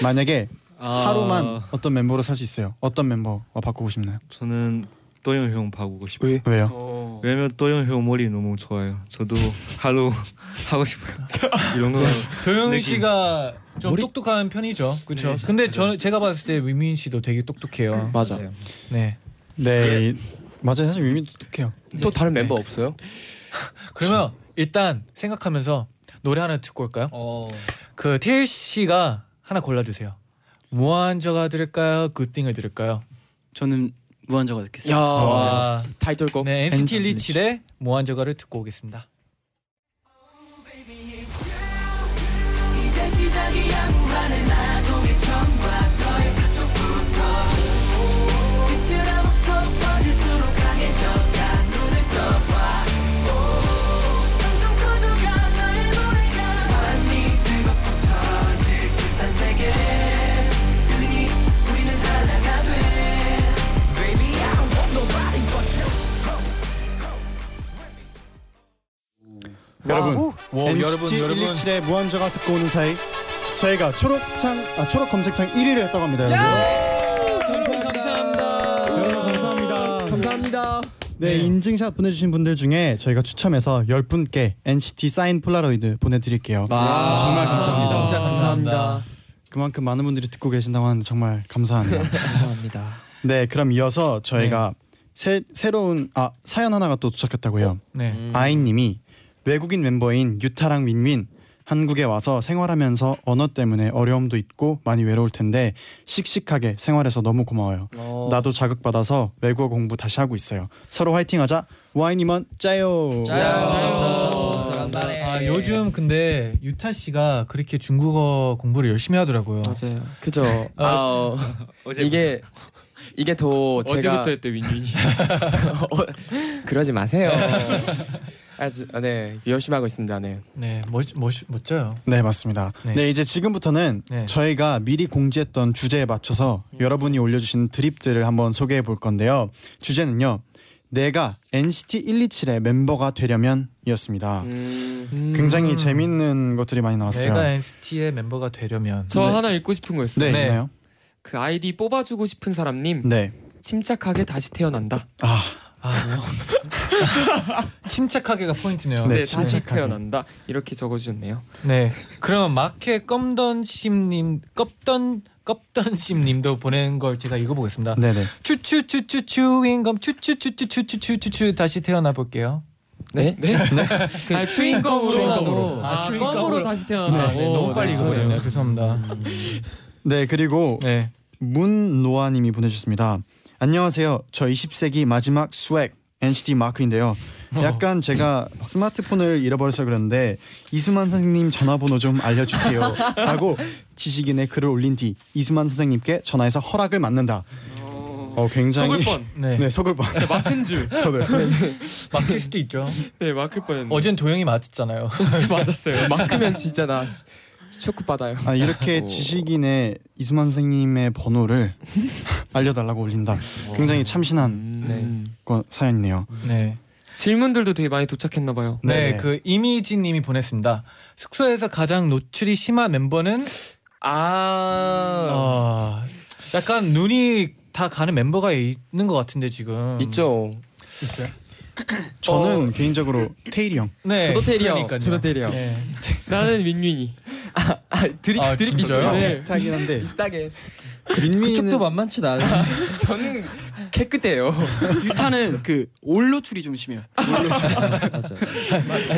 Speaker 4: 만약에
Speaker 9: 아.
Speaker 4: 하루만 어떤 멤버로 살 수 있어요. 어떤 멤버와 바꾸고 싶나요?
Speaker 9: 저는 도영 형 바꾸고 싶어요.
Speaker 4: 왜? 왜요?
Speaker 9: 왜냐면 도영 형 머리 너무 좋아요. 저도 하루 하고 싶어요. 이런 거.
Speaker 2: 도영
Speaker 9: 느낌.
Speaker 2: 씨가 좀 똑똑한 편이죠. 그렇죠. 근데
Speaker 4: 네.
Speaker 2: 저 제가 봤을 때 위민 씨도 되게
Speaker 4: 음.
Speaker 2: 똑똑해요.
Speaker 6: 맞아.
Speaker 2: 네.
Speaker 4: 네. 맞아요. 사실 윈민도 똑똑해요.
Speaker 6: 또 다른 멤버 없어요?
Speaker 2: 그러면 일단 생각하면서 노래 하나 듣고 올까요?
Speaker 4: 어.
Speaker 2: 그 태일 씨가 하나 골라 주세요. 무한저가 들을까요? 굿띵을 들을까요?
Speaker 7: 저는 무한저가 듣겠습니다.
Speaker 6: 야,
Speaker 9: 아,
Speaker 4: 아, 어.
Speaker 2: 와.
Speaker 6: 타이틀곡.
Speaker 2: 네,
Speaker 4: NCT
Speaker 2: NCT 127의 무한저가를 듣고 오겠습니다.
Speaker 5: 이
Speaker 4: 여러분
Speaker 2: 와,
Speaker 4: NCT
Speaker 2: 여러분, 여러분.
Speaker 4: 127의 무한저가 듣고 오는 사이 저희가 초록창 아 초록 검색창 1위를 했다고 합니다 여러분 여러분 감사합니다
Speaker 6: 감사합니다.
Speaker 4: 네, 인증샷 보내주신 분들 중에 저희가 추첨해서 10분께 NCT 사인 폴라로이드 보내드릴게요 정말 감사합니다
Speaker 2: 아, 진짜 감사합니다.
Speaker 4: 그만큼 많은 분들이 듣고 계신다고 하는데 정말 감사합니다
Speaker 6: 감사합니다.
Speaker 4: 네 그럼 이어서 저희가 새, 새로운 아 사연 하나가 또 도착했다고요
Speaker 2: 네.
Speaker 4: 음. 아이님이 외국인 멤버인 유타랑 윈윈 한국에 와서 생활하면서 언어 때문에 어려움도 있고 많이 외로울 텐데 씩씩하게 생활해서 너무 고마워요. 나도 자극 받아서 외국어 공부 다시 하고 있어요. 서로 화이팅하자. 와이님은 짜요.
Speaker 2: 아 요즘 근데 유타 씨가 그렇게 중국어 공부를 열심히 하더라고요.
Speaker 6: 맞아요.
Speaker 8: 그죠.
Speaker 2: 아,
Speaker 8: 아, 어,
Speaker 9: 어제
Speaker 8: 이게 이게 더 제가
Speaker 6: 어제부터 했대 윈윈이.
Speaker 8: 어, 그러지 마세요. 아주 아, 네 열심히 하고 있습니다. 네.
Speaker 2: 네, 멋멋 멋져요.
Speaker 4: 네 맞습니다. 네,
Speaker 2: 네.
Speaker 4: 이제 지금부터는
Speaker 2: 네.
Speaker 4: 저희가 미리 공지했던 주제에 맞춰서 여러분이 올려주신 드립들을 한번 소개해 볼 건데요. 주제는요. 내가 NCT 127의 멤버가 되려면이었습니다. 굉장히 재밌는 것들이 많이 나왔어요.
Speaker 2: 음. 내가 NCT의 멤버가 되려면
Speaker 8: 저
Speaker 4: 네.
Speaker 8: 하나 읽고 싶은 거 있어요.
Speaker 4: 네,
Speaker 2: 네.
Speaker 4: 있나요?
Speaker 8: 그 아이디 뽑아주고 싶은 사람님
Speaker 4: 네.
Speaker 8: 침착하게 다시 태어난다.
Speaker 4: 아,
Speaker 2: 침착하게가 포인트네요.
Speaker 4: 네,
Speaker 8: 네, 다시
Speaker 4: 침착하게.
Speaker 8: 태어난다. 이렇게 적어주셨네요.
Speaker 2: 네. 그러면 마케 껌던 심님 껍던 껍던 심님도 보낸 걸 제가 읽어보겠습니다.
Speaker 4: 네, 네.
Speaker 2: 추추추추추 윙검 추추추추추추추추추 다시 태어나 볼게요.
Speaker 8: 네? 네? 아, 추인검으로.
Speaker 4: 추인검으로.
Speaker 8: 아,
Speaker 2: 아,
Speaker 8: 껌으로
Speaker 2: 추인검으로.
Speaker 8: 다시
Speaker 2: 아,
Speaker 8: 태어난다.
Speaker 2: 네, 너무 빨리 읽어버렸네요. 음. 죄송합니다.
Speaker 4: 네, 그리고
Speaker 2: 네.
Speaker 4: 문노아 님이 보내주셨습니다. 안녕하세요. 저 20세기 마지막 스웩 NCT 마크인데요.
Speaker 8: 어.
Speaker 4: 약간 제가 스마트폰을 잃어버려서 그런데 이수만 선생님 전화번호 좀 알려주세요. 하고 지식인의 글을 올린 뒤 이수만 선생님께 전화해서 허락을 받는다. 어 굉장히
Speaker 8: 속을 뻔.
Speaker 2: 네.
Speaker 4: 네 속을 뻔.
Speaker 8: 막힌 줄.
Speaker 4: 저도
Speaker 2: 막힐 수도 있죠.
Speaker 8: 네, 막힐 뻔했네.
Speaker 2: 어젠 도영이 맞았잖아요.
Speaker 8: 저 진짜 맞았어요. 막으면 진짜 나 쇼크 받아요.
Speaker 4: 아 이렇게 지식인의 이수만 선생님의 번호를 알려달라고 올린다. 굉장히 참신한
Speaker 8: 네.
Speaker 4: 거- 사연이네요.
Speaker 2: 네.
Speaker 8: 질문들도 되게 많이 도착했나 봐요.
Speaker 2: 네,
Speaker 4: 네네.
Speaker 2: 그 이미지님이 보냈습니다. 숙소에서 가장 노출이 심한 멤버는
Speaker 8: 아.
Speaker 2: 어, 약간 눈이 다 가는 멤버가 있는 것 같은데 지금
Speaker 8: 있죠. 어.
Speaker 4: 저는 개인적으로 테일이 형.
Speaker 2: 네,
Speaker 8: 저도 테리요.
Speaker 2: 그러니까요.
Speaker 8: 저도 테리요.
Speaker 2: 네.
Speaker 8: 나는 윈윈이. 아, 아 드립
Speaker 2: 아,
Speaker 8: 드립
Speaker 2: 진짜요?
Speaker 8: 있어요. 네.
Speaker 4: 비슷하긴 한데
Speaker 8: 비슷하게.
Speaker 4: 민민이는
Speaker 1: 그쪽도 만만치 않은
Speaker 6: 아,
Speaker 8: 저는 깨끗해요.
Speaker 7: 유타는 그 올노출이 좀 심해요.
Speaker 1: 맞아.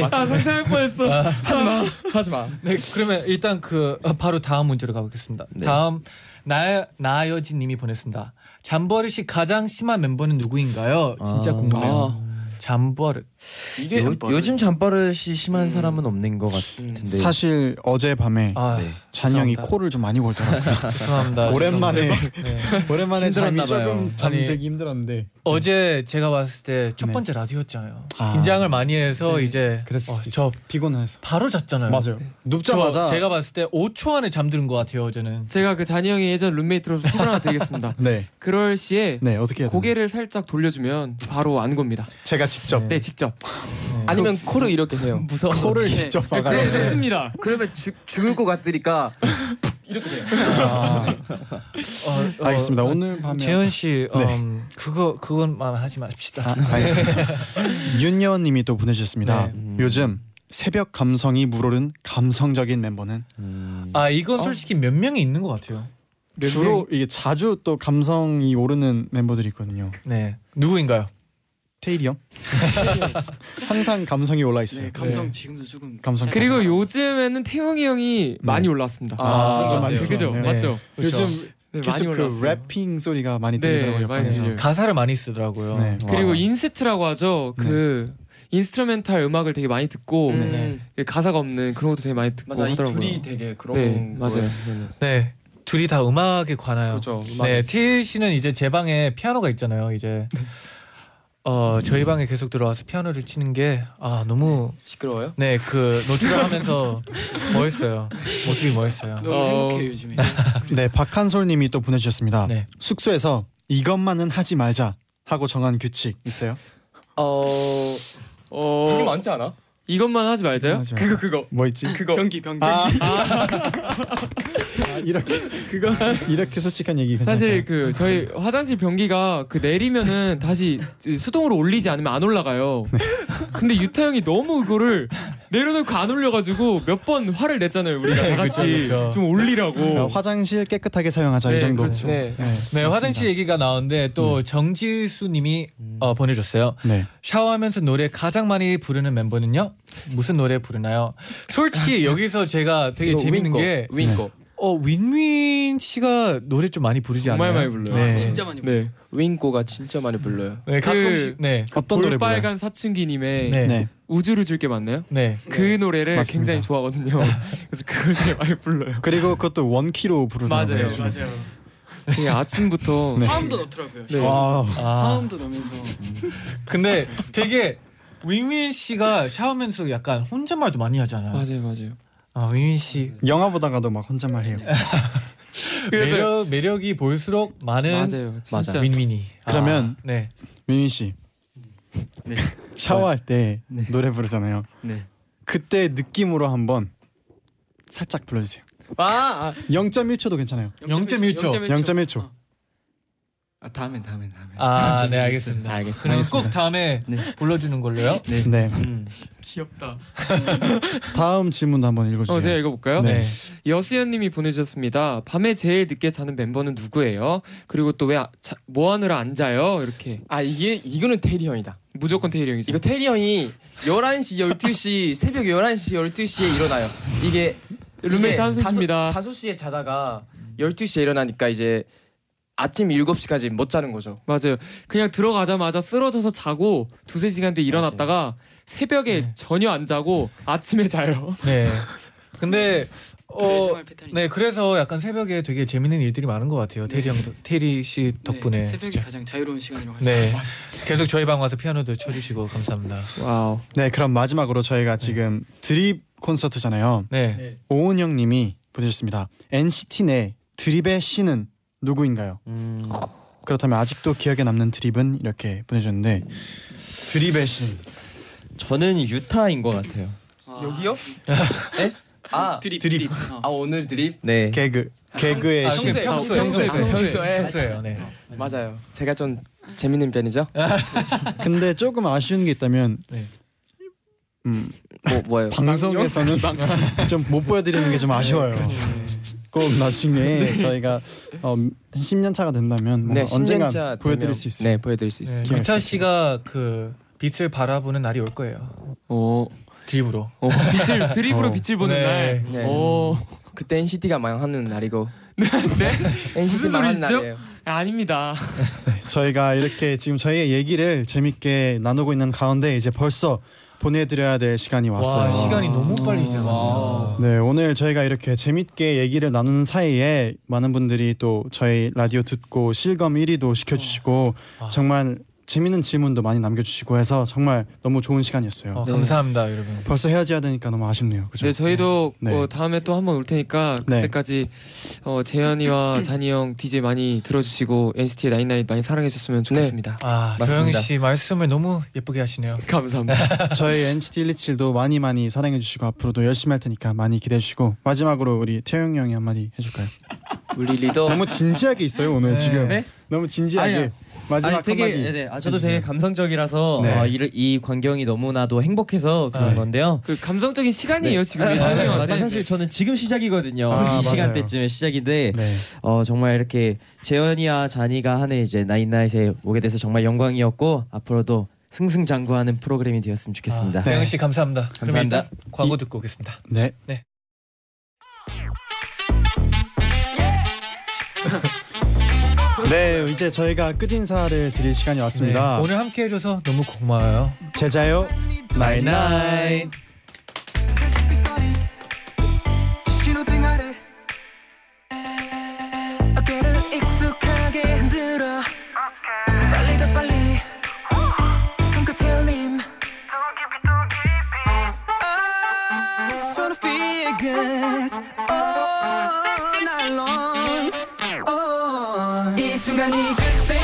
Speaker 8: 아, 상상할 뻔했어. 하지 마. 하지 마.
Speaker 2: 네, 그러면 일단 그 어, 바로 다음 문제로 가보겠습니다.
Speaker 1: 네.
Speaker 2: 다음 나 나여진님이 보냈습니다. 잠버릇이 가장 심한 멤버는 누구인가요? 진짜
Speaker 1: 아.
Speaker 2: 궁금해요. 잠버릇.
Speaker 7: 이게 뭐, 네,
Speaker 1: 요,
Speaker 7: 잠버릇.
Speaker 1: 요즘 잠버릇이 심한
Speaker 8: 음.
Speaker 1: 사람은 없는 것 같은데.
Speaker 4: 사실 어제 밤에
Speaker 2: 아,
Speaker 1: 네.
Speaker 4: 잔영이
Speaker 2: 죄송합니다.
Speaker 4: 코를 좀 많이 골더라고요.
Speaker 2: 죄송합니다.
Speaker 4: 오랜만에
Speaker 2: 죄송합니다. 네.
Speaker 4: 오랜만에 잠이
Speaker 1: 힘들었나 봐요.
Speaker 4: 조금 잠들기 힘들었는데
Speaker 2: 어제 제가 봤을 때 첫
Speaker 4: 네.
Speaker 2: 번째 라디오였잖아요.
Speaker 4: 아.
Speaker 2: 긴장을 많이 해서 이제
Speaker 4: 그랬을
Speaker 2: 어,
Speaker 4: 수
Speaker 2: 저
Speaker 4: 피곤해서
Speaker 2: 바로 잤잖아요.
Speaker 4: 맞아요.
Speaker 2: 네. 저
Speaker 4: 눕자마자
Speaker 2: 제가 봤을 때 5초 안에 잠드는 것 같아요 어제는.
Speaker 8: 제가 그 잔이 형의 예전 룸메이트로서 팁을 하나 드리겠습니다.
Speaker 4: 네,
Speaker 8: 그럴 시에
Speaker 4: 네 어떻게 해야 되나?
Speaker 8: 고개를 살짝 돌려주면 바로 안 겁니다.
Speaker 4: 제가 직접
Speaker 8: 네, 직접. 아니면 코를 이렇게 해요.
Speaker 2: 무서워.
Speaker 4: 코를 직접 막아요.
Speaker 8: 네, 좋습니다.
Speaker 6: 그러면 죽 죽을 것 같으니까
Speaker 4: 아,
Speaker 2: 어, 어,
Speaker 4: 알겠습니다. 오늘 밤에
Speaker 2: 재현 씨,
Speaker 4: 네.
Speaker 2: 음, 그거 그것만 하지 맙시다.
Speaker 4: 아, 알겠습니다. 윤여원님이 또 보내주셨습니다.
Speaker 2: 네.
Speaker 1: 음.
Speaker 4: 요즘 새벽 감성이 물오른 감성적인 멤버는
Speaker 1: 음.
Speaker 2: 아 이건 솔직히 몇 명이 있는 것 같아요.
Speaker 4: 주로 이게 자주 또 감성이 오르는 멤버들이 있거든요.
Speaker 2: 네 누구인가요?
Speaker 4: 테일이 형 항상 감성이 올라 있어요.
Speaker 7: 네, 감성 지금도 조금
Speaker 4: 감성.
Speaker 7: 살짝-
Speaker 8: 그리고 요즘에는 태용이 형이 많이 올라왔습니다.
Speaker 4: 아,
Speaker 8: 맞죠?
Speaker 4: 네. 많이
Speaker 8: 네, 그죠?
Speaker 4: 올라왔네요.
Speaker 8: 맞죠?
Speaker 2: 그렇죠.
Speaker 4: 요즘
Speaker 8: 네, 많이
Speaker 4: 계속 그
Speaker 8: 올라왔어요.
Speaker 4: 랩핑 소리가 많이
Speaker 8: 네,
Speaker 4: 들리더라고요.
Speaker 8: 많이
Speaker 4: 방에서.
Speaker 8: 들려요.
Speaker 2: 가사를 많이 쓰더라고요.
Speaker 4: 네.
Speaker 8: 그리고 인스트라고 하죠. 그 인스트루멘탈 음악을 되게 많이 듣고
Speaker 2: 네.
Speaker 8: 예, 가사가 없는 그런 것도 되게 많이 듣고
Speaker 6: 맞아 이
Speaker 8: 하더라고요.
Speaker 6: 둘이 되게 그런
Speaker 8: 네,
Speaker 6: 거에
Speaker 8: 맞아요.
Speaker 2: 네 둘이 다 음악에 관하여.
Speaker 6: 그렇죠. 음악.
Speaker 2: 네 티일 씨는 이제 제 방에 피아노가 있잖아요. 이제 어 저희 방에 계속 들어와서 피아노를 치는 게 아 너무
Speaker 6: 시끄러워요?
Speaker 2: 네 그 노출하면서 멋있어요. 모습이 멋있어요.
Speaker 7: 너무
Speaker 8: 어.
Speaker 7: 행복해요 요즘에.
Speaker 4: 네, 박한솔님이 또 보내주셨습니다.
Speaker 2: 네.
Speaker 4: 숙소에서 이것만은 하지 말자 하고 정한 규칙 있어요?
Speaker 8: 어, 어,
Speaker 6: 많지 않아?
Speaker 8: 이것만 하지 말자요.
Speaker 4: 하지
Speaker 6: 그거
Speaker 4: 마세요.
Speaker 6: 그거
Speaker 4: 뭐 있지?
Speaker 6: 그거 변기 변기
Speaker 4: 아, 아, 이렇게
Speaker 6: 그거
Speaker 4: 이렇게 솔직한 얘기 괜찮다.
Speaker 8: 사실 그 저희
Speaker 4: 네.
Speaker 8: 화장실 변기가 그 내리면은 다시 수동으로 올리지 않으면 안 올라가요.
Speaker 4: 네.
Speaker 8: 근데 유타 형이 너무 그거를 내려놓고 안 올려가지고 몇 번 화를 냈잖아요. 네, 우리가
Speaker 6: 네.
Speaker 8: 다 같이
Speaker 2: 네, 그쵸, 그쵸.
Speaker 8: 좀 올리라고.
Speaker 4: 네, 화장실 깨끗하게 사용하자
Speaker 8: 네,
Speaker 4: 이 정도.
Speaker 8: 그렇죠.
Speaker 2: 네.
Speaker 4: 네,
Speaker 2: 네,
Speaker 4: 맞습니다.
Speaker 2: 화장실 얘기가 나오는데 또 정지수님이 어, 보내줬어요.
Speaker 4: 네.
Speaker 2: 샤워하면서 노래 가장 많이 부르는 멤버는요? 무슨 노래 부르나요? 솔직히 여기서 제가 되게 재밌는 게
Speaker 6: 윙거
Speaker 2: 어, 윈윈 씨가 노래 좀 많이 부르지 않나요?
Speaker 8: 정말 많이 불러요.
Speaker 2: 네.
Speaker 7: 아, 진짜 많이
Speaker 8: 네.
Speaker 6: 윙거가 진짜 많이 불러요
Speaker 2: 네, 가끔씩 네.
Speaker 4: 어떤 노래 불러요?
Speaker 8: 그 볼빨간 사춘기님의
Speaker 2: 네.
Speaker 4: 네.
Speaker 8: 우주를 줄게 맞나요?
Speaker 2: 네.
Speaker 8: 그 노래를
Speaker 4: 맞습니다.
Speaker 8: 굉장히 좋아하거든요. 그래서 그걸 되게 많이 불러요.
Speaker 4: 그리고 그것도 원키로 부르더라고요.
Speaker 8: 맞아요.
Speaker 7: 네, 맞아요.
Speaker 8: 되게 아침부터
Speaker 4: 네.
Speaker 7: 화음도 넣더라고요.
Speaker 8: 네.
Speaker 4: 와우.
Speaker 2: 아.
Speaker 7: 화음도 넣으면서
Speaker 2: 근데 되게 윈윈 씨가 샤워하면서 약간 혼잣말도 많이 하잖아요.
Speaker 8: 맞아요, 맞아요.
Speaker 2: 아, 윈윈 씨
Speaker 4: 영화 보다가도 막 혼잣말 해요.
Speaker 8: 그래서
Speaker 2: 매력 매력이 볼수록 많은
Speaker 8: 맞아요, 진짜.
Speaker 2: 윈윈이.
Speaker 4: 그러면-
Speaker 2: 아, 네.
Speaker 4: 민민 씨.
Speaker 9: 네.
Speaker 4: 샤워할 때
Speaker 9: 네.
Speaker 4: 노래 부르잖아요.
Speaker 9: 네.
Speaker 4: 그때 느낌으로 한번 살짝 불러 주세요.
Speaker 6: 아, 아
Speaker 4: 0.1초도 괜찮아요.
Speaker 2: 0.1초.
Speaker 9: 그렇죠.
Speaker 4: 0.1초.
Speaker 9: 아 다음엔 다음엔 다음엔.
Speaker 2: 아, 네, 알겠습니다.
Speaker 6: 알겠습니다
Speaker 2: 그럼 꼭 다음에
Speaker 9: 네.
Speaker 2: 불러주는 걸로요.
Speaker 9: 네.
Speaker 4: 네.
Speaker 9: 귀엽다.
Speaker 4: 다음 질문도 한번 읽어 주세요.
Speaker 8: 어, 제가 읽어볼까요?
Speaker 4: 네.
Speaker 8: 여수연님이 보내주셨습니다. 밤에 제일 늦게 자는 멤버는 누구예요? 그리고 또 왜 뭐 하느라 안 자요? 이렇게
Speaker 6: 아 이게 이거는 테리 형이다
Speaker 8: 무조건 테일이 형이죠.
Speaker 6: 이거 테리 형이 11시 12시 새벽 11시 12시에 일어나요 이게
Speaker 8: 룸메이트
Speaker 6: 이게
Speaker 8: 한숨입니다.
Speaker 6: 다섯, 5시에 자다가 12시에 일어나니까 이제 아침 7시까지 못 자는 거죠
Speaker 8: 맞아요. 그냥 들어가자마자 쓰러져서 자고 두세 시간 뒤에 일어났다가 새벽에
Speaker 6: 네.
Speaker 8: 전혀 안 자고 아침에 자요.
Speaker 2: 네. 근데 어
Speaker 7: 생활 패턴이
Speaker 2: 네, 그래서 약간 새벽에 되게 재밌는 일들이 많은 것 같아요. 테리 형, 덕- 테리 씨 덕분에
Speaker 7: 네, 새벽이
Speaker 2: 진짜.
Speaker 7: 가장 자유로운 시간이라고 할수
Speaker 2: 네,
Speaker 7: 있어요.
Speaker 2: 계속 저희 방 와서 피아노도 쳐주시고 감사합니다.
Speaker 8: 와우.
Speaker 4: 네, 그럼 마지막으로 저희가 지금
Speaker 9: 네.
Speaker 4: 드립 콘서트잖아요.
Speaker 2: 네,
Speaker 4: 오은 형님이 보내주셨습니다. NCT 내 드립의 신은 누구인가요?
Speaker 1: 아,
Speaker 4: 그렇다면 아직도 기억에 남는 드립은 이렇게 보내주셨는데 드립의 신
Speaker 1: 저는 유타인 것 같아요.
Speaker 7: 아,
Speaker 6: 여기요?
Speaker 8: 네.
Speaker 6: 에? 아,
Speaker 7: 드립
Speaker 4: 드립.
Speaker 7: 어.
Speaker 6: 아 오늘 드립?
Speaker 1: 네.
Speaker 4: 개그 개그의
Speaker 2: 아,
Speaker 4: 신
Speaker 2: 평소에, 평소에, 평소에,
Speaker 6: 평소에, 평소에.
Speaker 2: 평소예요. 네,
Speaker 6: 맞아요. 제가 좀 재밌는 편이죠.
Speaker 4: 근데 조금 아쉬운 게 있다면
Speaker 2: 네.
Speaker 4: 음,
Speaker 6: 뭐 뭐예요?
Speaker 4: 방송에서는 네, 그렇죠. 좀 못 보여드리는 게 좀 아쉬워요. 꼭 나중에 저희가 어, 네. 10년 차가 된다면 뭔가
Speaker 6: 네,
Speaker 4: 언젠가
Speaker 6: 10년 차
Speaker 4: 보여드릴
Speaker 6: 되면-
Speaker 4: 수 있어요.
Speaker 6: 네, 보여드릴 수 있어요.
Speaker 2: 네.
Speaker 4: 기억할
Speaker 2: 기타
Speaker 4: 수
Speaker 2: 씨가 그 빛을 바라보는 날이 올 거예요.
Speaker 8: 오,
Speaker 2: 드립으로.
Speaker 8: 오 빛을 드립으로
Speaker 4: 어.
Speaker 8: 빛을 보는
Speaker 2: 네.
Speaker 8: 날. 어.
Speaker 6: 네.
Speaker 8: 오,
Speaker 6: 그때 NCT가 망하는 날이고. 네. NCT
Speaker 8: 무슨
Speaker 6: 망하는
Speaker 8: 소리시죠?
Speaker 6: 날이에요.
Speaker 8: 아닙니다.
Speaker 4: 네. 저희가 이렇게 지금 저희의 얘기를 재밌게 나누고 있는 가운데 이제 벌써 보내드려야 될 시간이 왔어요.
Speaker 2: 와, 시간이 너무 빨리 지나가네요.
Speaker 4: 네 오늘 저희가 이렇게 재밌게 얘기를 나누는 사이에 많은 분들이 또 저희 라디오 듣고 실검 1위도 시켜주시고
Speaker 1: 아.
Speaker 2: 와.
Speaker 4: 정말 재밌는 질문도 많이 남겨주시고 해서 정말 너무 좋은 시간이었어요.
Speaker 2: 어,
Speaker 8: 네.
Speaker 2: 감사합니다, 여러분.
Speaker 4: 벌써 헤어져야 되니까 너무 아쉽네요. 그죠?
Speaker 8: 네, 저희도
Speaker 4: 네.
Speaker 8: 어, 다음에 또 한 번 올 테니까
Speaker 4: 네.
Speaker 8: 그때까지 어, 재현이와 잔이 형 DJ 많이 들어주시고 NCT의 나인나인 많이 사랑해 주셨으면 좋겠습니다.
Speaker 2: 아,
Speaker 6: 맞습니다.
Speaker 2: 도영이 씨 말씀을 너무 예쁘게 하시네요.
Speaker 8: 감사합니다.
Speaker 4: 저희 NCT 127도 많이 많이 사랑해주시고 앞으로도 열심히 할 테니까 많이 기대해주시고 마지막으로 우리 태용 형이 한마디 해줄까요?
Speaker 6: 우리 리더
Speaker 4: 너무 진지하게 있어요 오늘
Speaker 2: 네.
Speaker 4: 지금.
Speaker 1: 네?
Speaker 4: 너무 진지하게
Speaker 1: 아니요.
Speaker 4: 마지막
Speaker 1: 아니, 되게,
Speaker 4: 한마디.
Speaker 1: 네, 네. 아, 저도
Speaker 4: 해주세요.
Speaker 1: 되게 감성적이라서
Speaker 4: 네.
Speaker 1: 어, 이, 이 광경이 너무나도 행복해서 그런
Speaker 2: 네.
Speaker 1: 건데요.
Speaker 8: 그 감성적인 시간이에요 지금.
Speaker 1: 아,
Speaker 8: 이
Speaker 1: 맞아요,
Speaker 8: 사진은.
Speaker 1: 맞아요. 사실 저는 지금 시작이거든요.
Speaker 4: 아,
Speaker 1: 이
Speaker 4: 맞아요.
Speaker 1: 시간대쯤에 시작인데
Speaker 4: 네.
Speaker 1: 어, 정말 이렇게 재현이와 잔이가 한 해 이제 나인나잇에 오게 돼서 정말 영광이었고 앞으로도 승승장구하는 프로그램이 되었으면 좋겠습니다.
Speaker 2: 아, 도영 씨 감사합니다. 그럼
Speaker 1: 감사합니다.
Speaker 2: 일단 광고 듣고 오겠습니다.
Speaker 4: 네. 네, 이제 저희가 끝 인사를 드릴 시간이 왔습니다.
Speaker 2: 네, 오늘 함께 해줘서 너무 고마워요.
Speaker 4: 제자요 나이나이.
Speaker 5: 신호등 아래 어깨를 익숙하게 흔들어 빨리 더 빨리 손끝에 올림 I just wanna feel good all night long. Oh, 이 순간이 그때